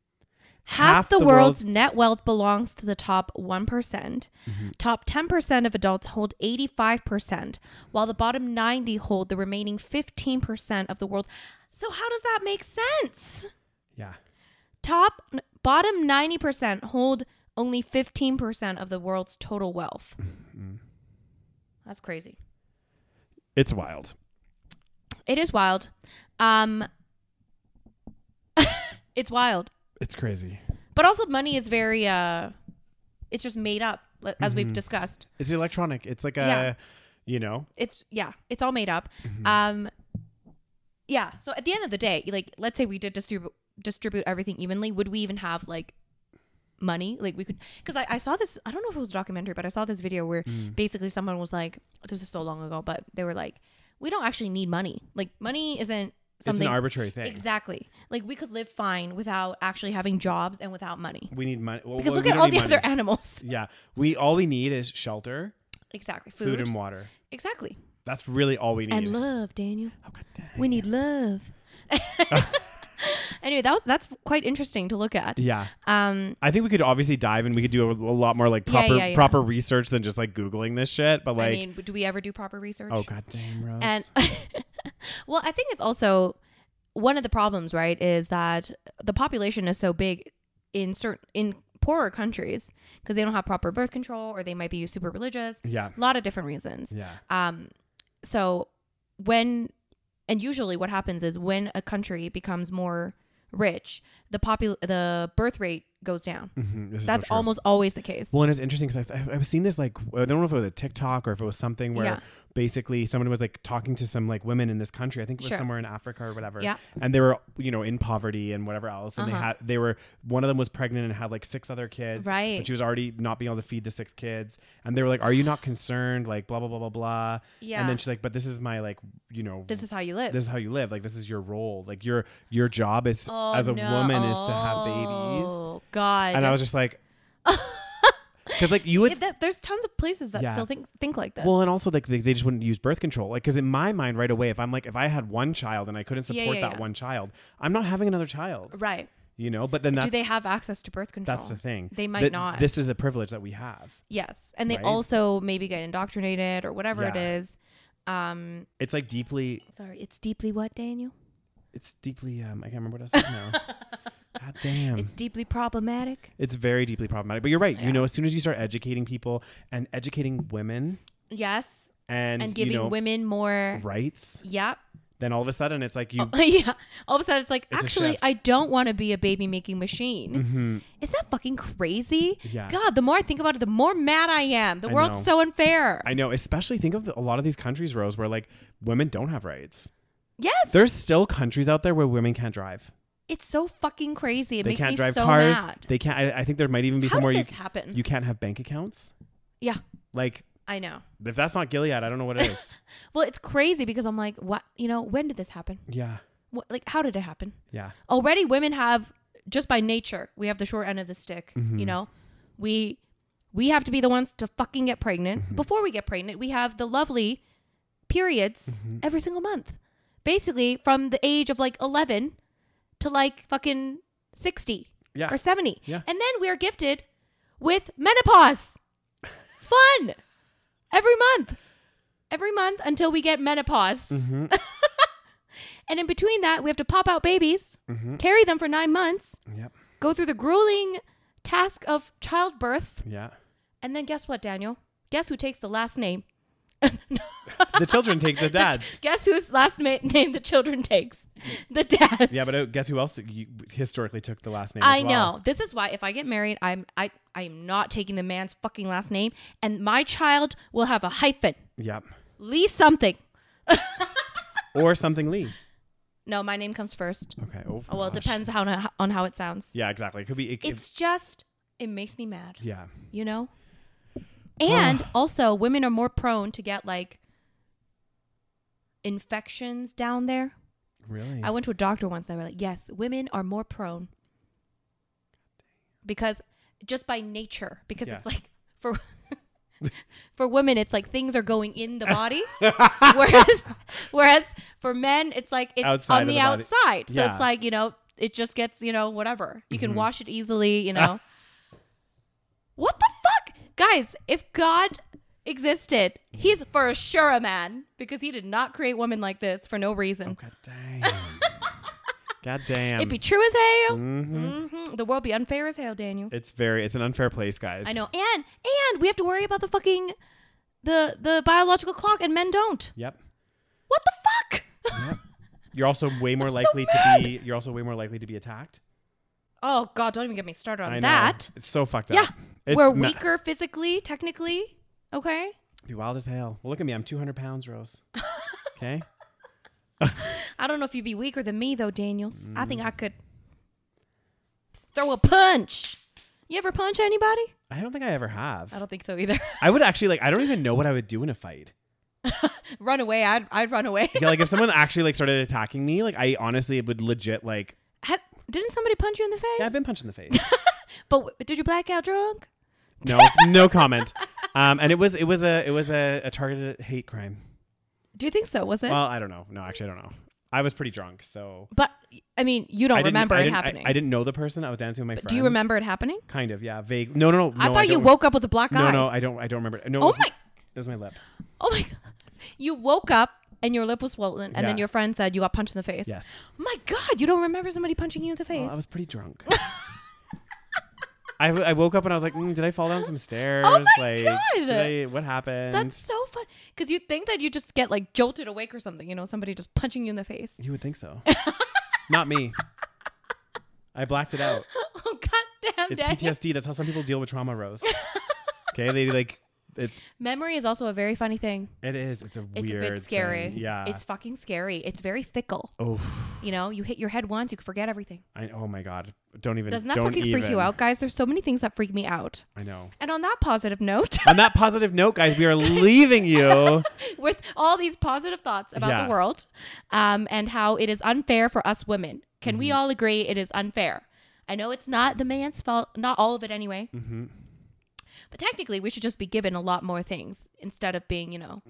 half,
Half
the,
the
world's,
world's-
net wealth belongs to the top one Top ten percent of adults hold eighty five percent, while the bottom ninety hold the remaining fifteen percent of the world's. So how does that make sense?
Yeah.
Top n- bottom ninety percent hold only fifteen percent of the world's total wealth. (laughs) Mm-hmm. That's crazy.
It's wild.
It is wild. Um (laughs) it's wild.
It's crazy.
But also money is very uh it's just made up li- as
Mm-hmm.
we've discussed.
It's electronic. It's like a,
Yeah.
you know,
It's yeah, it's all made up.
Mm-hmm.
Um yeah, so at the end of the day, like let's say we did distribute distribute everything evenly, would we even have like money like we could because I, I saw this i don't know if it was a documentary but i saw this video where
Mm.
basically someone was like this is so long ago but they were like we don't actually need money like money isn't
it's
something
an arbitrary thing.
Exactly. Like we could live fine without actually having jobs and without money.
We need money. Well,
Because
well,
look
we
at
don't
all the
need
other (laughs)
money.
animals.
Yeah. We, all we need is shelter,
Exactly. Food.
food, and water.
exactly.
That's really all we need.
And love, Daniel.
Oh, God dang.
We need
(laughs)
love. anyway, that was that's quite interesting to look at.
yeah.
Um
I think we could obviously dive and we could do a, a lot more like
Yeah,
proper,
yeah, yeah.
proper research than just like Googling this shit. But
I
like,
mean, do we ever do proper research?
oh, God damn, Rose.
And (laughs) well, I think it's also one of the problems, right, is that the population is so big in certain in poorer countries because they don't have proper birth control or they might be super religious.
Yeah.
A lot of different reasons.
Yeah.
Um, so when and usually what happens is when a country becomes more rich, the popul- the birth rate goes down.
Mhm. This is so
That's
true.
almost always the case.
Well, and it's interesting because I've, I've seen this like I don't know if it was a TikTok or if it was something where
Yeah.
basically someone was like talking to some like women in this country. I think it was
Sure.
somewhere in Africa or whatever.
Yeah. Uh-huh.
And they were you know in poverty and whatever else, and they had they were one of them was pregnant and had like six other kids.
Right.
But she was already not being able to feed the six kids, and they were like, "Are you not concerned?" Like blah blah blah blah blah.
Yeah.
And then she's like, "But this is my like you know
this is how you live.
this is how you live. Like this is your role. Like your your job is
Oh,
as a
no.
woman is to have babies."
Oh God.
And I was just
(laughs)
like. Because like you would
Yeah, that- there's tons of places that
Yeah.
still think think like this.
Well, and also like they, they just wouldn't use birth control. Like, because in my mind, right away, if I'm like, if I had one child and I couldn't
Yeah,
support
yeah,
that
yeah.
one child, I'm not having another child.
right.
You know, but then that's
Do they have access to birth control?
that's the thing.
They might
That-
not.
This is a privilege that we have.
Yes, and they
Right?
also maybe get indoctrinated or whatever it
Yeah.
is. Um,
It's like deeply.
sorry, it's deeply what, Daniel?
It's deeply. Um, I can't remember what I said
(laughs)
now. God damn.
It's
It's-
deeply problematic.
very deeply problematic, but you're right.
Yeah.
You know, as soon as you start educating people and educating women
Yes,
and,
and, giving
you know,
women more.
rights,
Yep. (laughs)
then all of a sudden it's like you.
yeah. All of a sudden, it's like
It's a
actually,
shift. Mm-hmm.
I don't want to be a baby making machine. Is that fucking crazy?
Yeah.
God, the more I think about it, the more mad I am. The
I
world's
know.
so unfair.
I know, especially think of the, a lot of these countries, Rose, where like women don't have rights.
yes,
There's still countries out there where women can't drive.
it's so fucking crazy. It
they
makes
can't
me
drive
so
cars.
mad.
They can't. I, I think there might even be
How
somewhere
did
you
this happen?
you can't have bank accounts.
yeah,
Like
I know.
if that's not Gilead, I don't know what it
(laughs)
is.
Well, it's crazy because I'm like, what? You know, when did this happen?
yeah,
What, like, how did it happen?
yeah,
Already, women have just by nature, we have the short end of the stick.
Mm-hmm.
You know, we we have to be the ones to fucking get pregnant.
Mm-hmm.
Before we get pregnant, we have the lovely periods
Mm-hmm.
every single month, basically from the age of like 11 to like fucking 60
yeah.
or 70.
Yeah.
And then we are gifted with
(laughs)
menopause. Fun. Every month. Every month until we get menopause.
Mm-hmm.
and in between that, we have to pop out babies,
Mm.
carry them for nine months,
mm-hmm, Yep.
go through the grueling task of childbirth.
Yeah.
And then guess what, Daniel? Guess who takes the last name? (laughs)
The children take the dads. Mm.
Guess whose last ma- (laughs) name the children takes? The dads.
Yeah, but uh, guess who else you historically took the last name? as
I
well?
know. This is why if I get married, I'm I I am not taking the man's fucking last name, and my child will have a hyphen,
Yep.
Lee something.
Or something Lee.
No, my name comes first.
Okay. Oh,
Oh, well, it
gosh.
depends how on how it sounds.
Yeah, exactly. It could be. It, it-
It's just it makes me mad,
yeah.
you know. And also, women are more prone to get like infections down there.
Really. (laughs)
I went to a doctor once. They were like, "Yes, women are more prone because just by nature, because
Yeah.
it's like for (laughs) for women, it's like things are going in the body,
(laughs)
whereas whereas for men, it's like it's
Outside
on
of
the,
the body.
outside. So
Yeah. Mm-hmm.
it's like you know, it just gets you know whatever. You can wash it easily. You
(laughs)
know, what the fuck, guys? If God existed,
Mm-hmm.
he's for sure a man because he did not create women like this for no reason.
oh, God damn. God Oh, damn.
It'd be true as hell.
Mhm.
Mhm. The world be unfair as hell, Daniel.
It's very. It's an unfair place, guys.
I know. And and we have to worry about the fucking the the biological clock and men don't.
Yep.
What the fuck? (laughs)
Yep. You're also way more
so
likely to
mad.
be. You're also way more likely to be attacked.
Oh god, don't even get me started on
I know.
that.
It's so fucked up.
Yeah.
It's
We're
ma-
weaker physically, technically. Okay?
Be wild as hell. Well, look at me. I'm 200 pounds,
(laughs)
Rose. Okay.
I don't know if you'd be weaker than me though, Daniels. I think I
Mm.
could throw a punch. You ever punch anybody?
I don't think I ever have.
I don't think so either. (laughs)
I would actually like. I don't even know what I would do in a fight.
run away. I'd I'd run away. (laughs)
Yeah, like if someone actually like started attacking me, like I honestly would legit like.
Ha- Didn't somebody punch you in the face?
Yeah, I've been punched in the face.
but w- did you black out drunk?
No,
(laughs)
no comment. Um, and it was it was a it was a, a targeted hate crime.
Do you think so? (laughs) Was it?
Well, I don't know. No, actually, I don't know. I was pretty drunk, so
But I mean, you
I
don't
didn't-
remember
I
it
didn't- I-
happening.
I, didn't know the person. I was dancing with my friend.
Do you remember it happening?
Kind of, yeah. Vague. No, no, no.
I
no,
thought you
don't
woke up with a black
No,
eye.
no, I don't. I don't remember. No,
Oh
it was,
my-
It was my lip.
(laughs) Oh my god. You woke up and your lip was swollen and then
Yeah.
your friend said you got punched in the face.
Yes. Oh,
My god, you don't remember somebody punching you in the face.
Well, I was pretty drunk. (laughs) I, w- I woke up and I was like, mm, did I fall down some stairs?
Oh my
like,
God.
Did I, what happened?
That's so fun because you think that you just get like jolted awake or something, you know, somebody just punching you in the face. (laughs)
You would think so. Not me. I blacked
(laughs)
it out.
Oh goddamn,
It's
Daniel.
PTSD. That's how some people deal with trauma,
(laughs)
Rose. Okay, they like it's
Memory is also a very funny thing.
it is. It's a
It's
weird.
a bit scary.
thing. Yeah.
it's fucking scary. It's very fickle.
oh,
You know, you hit your head once, you forget everything.
I, oh my god. Don't even.
Doesn't that
don't
fucking
even.
freak you out, guys? There's so many things that freak me out.
I know.
And on that positive note,
On that positive note, guys, we are leaving
(laughs)
you.
with all these positive thoughts about
Yeah.
the world um, and how it is unfair for us women. Can we
Mm-hmm.
all agree it is unfair? I know it's not the man's fault, not all of it anyway.
Mm-hmm.
But technically, we should just be given a lot more things instead of being, you know,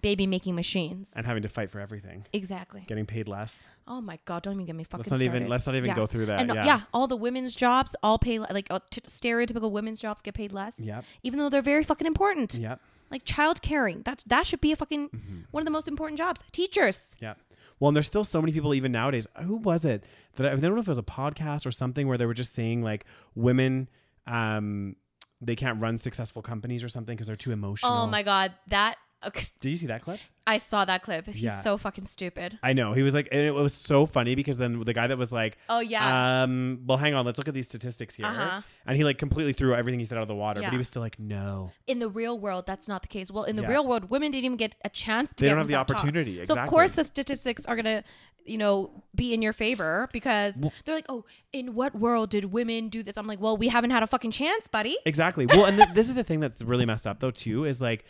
baby making machines.
and having to fight for everything,
Exactly.
getting paid less.
Oh my god! Don't even get me fucking.
not even-
started.
let's not even go through that,
And, uh,
yeah.
all the women's jobs all pay le- like uh, t- stereotypical women's jobs get paid less.
Yep.
Even though they're very fucking important.
Yep.
Like child caring, that that should be a fucking
Mm-hmm.
one of the most important jobs. Teachers.
Yeah. Well, and there's still so many people even nowadays. Who was it that I, I don't know if it was a podcast or something where they were just saying like women, um, they can't run successful companies or something because they're too emotional.
Oh my god, that okay,
Did you see that clip?
I saw that clip. He's
Yeah.
so fucking stupid.
I know he was like, and it was so funny because then the guy that was like,
Oh, yeah.
um, well, hang on, let's look at these statistics here,
Uh-huh.
and he like completely threw everything he said out of the water, but
Yeah.
he was still like, no,
In the real world, that's not the case. Well, in the
Yeah.
real world, women didn't even get a chance. To
They
get
don't
into
have the
that top.
opportunity,
So of
exactly.
course, the statistics are gonna, you know, be in your favor because they're like, oh, in what world did women do this? I'm like, well, we haven't had a fucking chance, buddy.
Exactly. Well, and th- (laughs) this is the thing that's really messed up though too is like,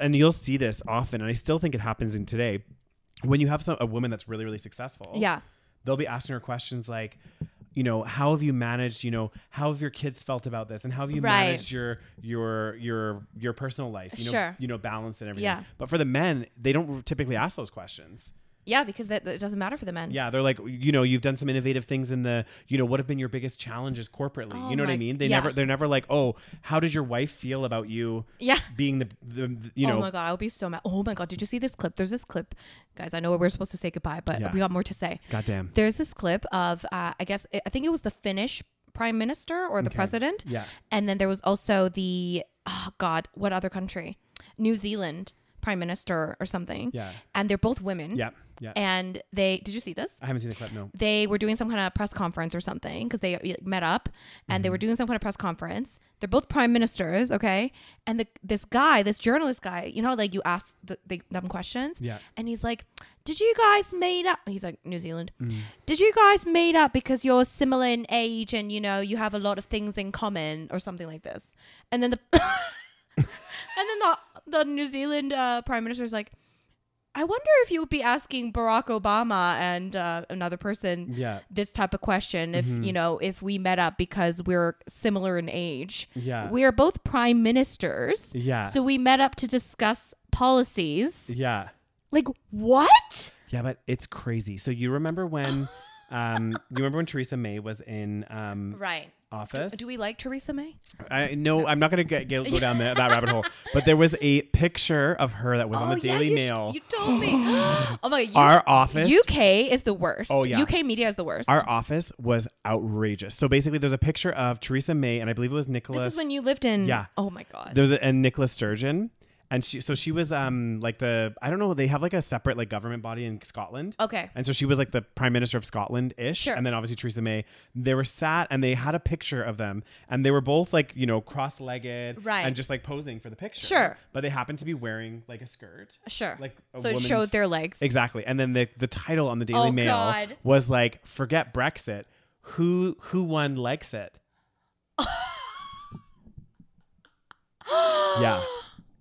and you'll see this often, and I still think it happens in today. When you have some a woman that's really really successful,
Yeah.
they'll be asking her questions like, you know, how have you managed? You know, how have your kids felt about this, and how have you
Right.
managed your your your your personal life? You know,
Sure.
you know, balance and everything.
Yeah.
But for the men, they don't typically ask those questions.
Yeah, because that, it doesn't matter for the men.
Yeah, they're like, you know, you've done some innovative things in the, you know, what have been your biggest challenges corporately?
Oh
you know what I
my-
mean? They
yeah.
never, they're never like, oh, how does your wife feel about you?
Yeah.
being the, the, the- you know,
oh my god, I would be so mad. Oh my god, did you see this clip? There's this clip, guys. I know we're supposed to say goodbye, but
Yeah.
we got more to say.
goddamn,
There's this clip of, uh, I guess, I think it was the Finnish prime minister or the president.
Yeah.
And then there was also the, oh God, what other country? New Zealand prime minister or something.
Yeah.
And they're both women.
yeah, yeah.
And they, did you see this?
I haven't seen the clip. No,
They were doing some kind of press conference or something because they like, met up and they were doing some kind of press conference. They're both prime ministers, okay? And the, this guy, this journalist guy, you know, like you ask the, they them questions.
Yeah.
And he's like, Did you guys meet up? He's like, New Zealand. Did you guys meet up because you're similar in age and, you know, you have a lot of things in common or something like this? And then the. (laughs) And then the, the New Zealand uh, prime minister's like, I wonder if you would be asking Barack Obama and uh, another person
Yeah.
this type of question if
Mm-hmm.
you know if we met up because we're similar in age.
Yeah.
we are both prime ministers.
Yeah.
so we met up to discuss policies.
yeah,
Like what?
yeah, but it's crazy. So you remember when, um, you remember when Theresa May was in um
Right.
office?
Do we like Theresa May?
I no, I'm not gonna get, get, go down that, that rabbit
(laughs)
hole. But there was a picture of her that was on the
Oh,
Daily
you sh-
Mail.
you told
(gasps)
me. (gasps) oh my god. You,
Our office.
UK is the worst.
Oh, yeah.
UK media is the worst.
Our office was outrageous. So basically, there's a picture of Theresa May and I believe it was Nicholas.
this is when you lived in.
Yeah.
Oh my god.
there was a, and Nicholas Sturgeon, and she so she was um like the I don't know they have like a separate like government body in Scotland.
Okay.
And so she was like the prime minister of Scotland ish.
Sure.
And then obviously Theresa May. They were sat and they had a picture of them and they were both like, you know, cross legged
Right.
and just like posing for the picture.
Sure.
But they happened to be wearing like a skirt.
Sure.
Like a
so it
woman's-
showed their legs. (gasps)
Exactly. And then the, the title on the Daily
Oh,
Mail
God.
was like, forget Brexit. Who who won likes it? yeah.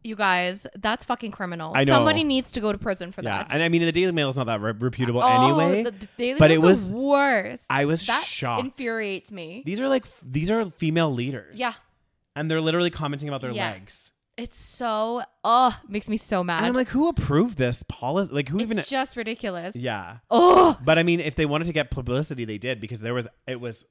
You guys, that's fucking criminal.
I know.
Somebody needs to go to prison for
Yeah.
that.
And I mean the Daily Mail is not that re- reputable
Oh,
anyway.
the- the Daily
but it
Mail's
was
the worst.
I was
that
shocked.
infuriates me.
these are like f- these are female leaders.
Yeah.
And they're literally commenting about their
Yeah.
legs.
It's so oh, makes me so mad.
And I'm like, who approved this policy? Like, who
it's
even?
just ridiculous.
yeah.
Oh,
But I mean, if they wanted to get publicity, they did because there was it was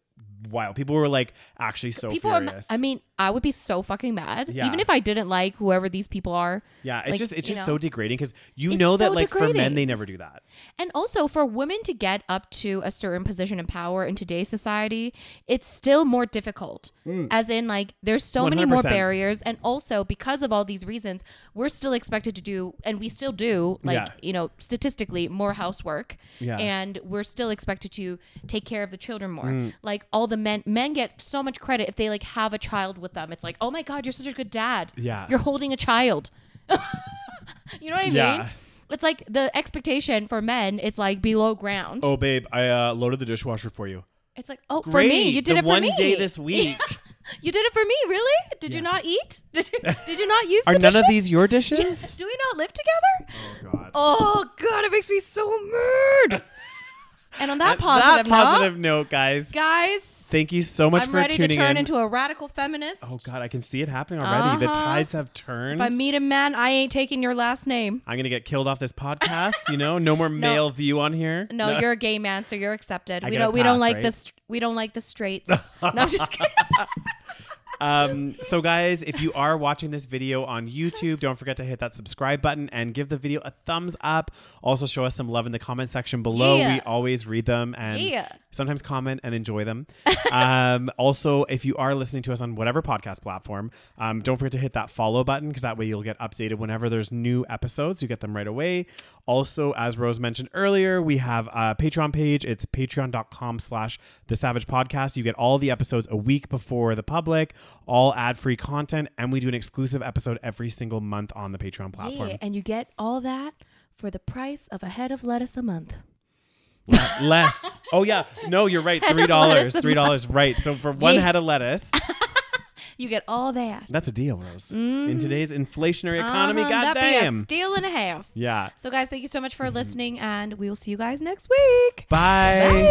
wild. People were like actually so
people are. ma-
furious.
I mean, I would be so fucking mad.
Yeah.
Even if I didn't like whoever these people are.
yeah, it's
like,
just it's
you
just
know.
so degrading because you
It's
know that
so
like for men
degrading.
they never do that.
And also for women to get up to a certain position of power in today's society, it's still more difficult.
Mm.
As in like there's so many more
100%.
barriers and also because of all these reasons, we're still expected to do and we still do like,
Yeah.
you know, statistically more housework
Yeah.
and we're still expected to take care of the children more.
Mm.
Like all the men men get so much credit if they like have a child with them. It's like, "Oh my god, you're such a good dad."
Yeah.
You're holding a child. (laughs) You know what I
Yeah.
mean? It's like the expectation for men is like below ground.
Oh babe, I uh, loaded the dishwasher for you.
It's like, oh, for me, you did
the
it for
one
me.
day this week.
(laughs) you did it for me, really? Did you not eat? (laughs) Did
(laughs)
you, did you not use
Are
the
none of
dishes?
these your dishes?
Do we not live together?
Oh God.
Oh god, it makes me so
(laughs)
mad. and on that positive,
that
note,
positive note, guys.
guys,
Thank you so much
I'm
for
ready to
tuning
turn
in.
into a radical feminist.
oh God, I can see it happening already. The
Uh-huh.
tides have
if
turned.
I meet a man, I ain't taking your last name.
I'm gonna get killed
(laughs)
off this podcast. You know, no more male view on here. (laughs)
No, you're a gay man, so you're accepted.
I
we
get
don't
a
we don't
pass,
like
right?
this we don't like the
(laughs)
straights. no, I'm just kidding.
Um, so, guys, if you are watching this video on YouTube, don't forget to hit that subscribe button and give the video a thumbs up. Also, show us some love in the comment section below.
Yeah.
We always read them and
Yeah.
sometimes comment and enjoy them. (laughs) um, also, if you are listening to us on whatever podcast platform, um, don't forget to hit that follow button because that way you'll get updated whenever there's new episodes. You get them right away. Also, as Rose mentioned earlier, we have a Patreon page. It's patreon.com slash the savage podcast. You get all the episodes a week before the public, all ad free content, and we do an exclusive episode every single month on the Patreon platform.
Yeah, and you get all that for the price of a head of lettuce a month.
Le- less. Oh yeah. No,
(laughs)
you're right. Three dollars.
lettuce a
Three dollars. Right. So for one
Yeah.
head of lettuce.
You get all that.
That's a deal, Rose. In today's inflationary economy,
Mm. Uh-huh, that be a
goddamn. Mm-hmm.
steal and a half.
Yeah.
So, guys, thank you so much for listening, and we will see you guys next week.
Bye.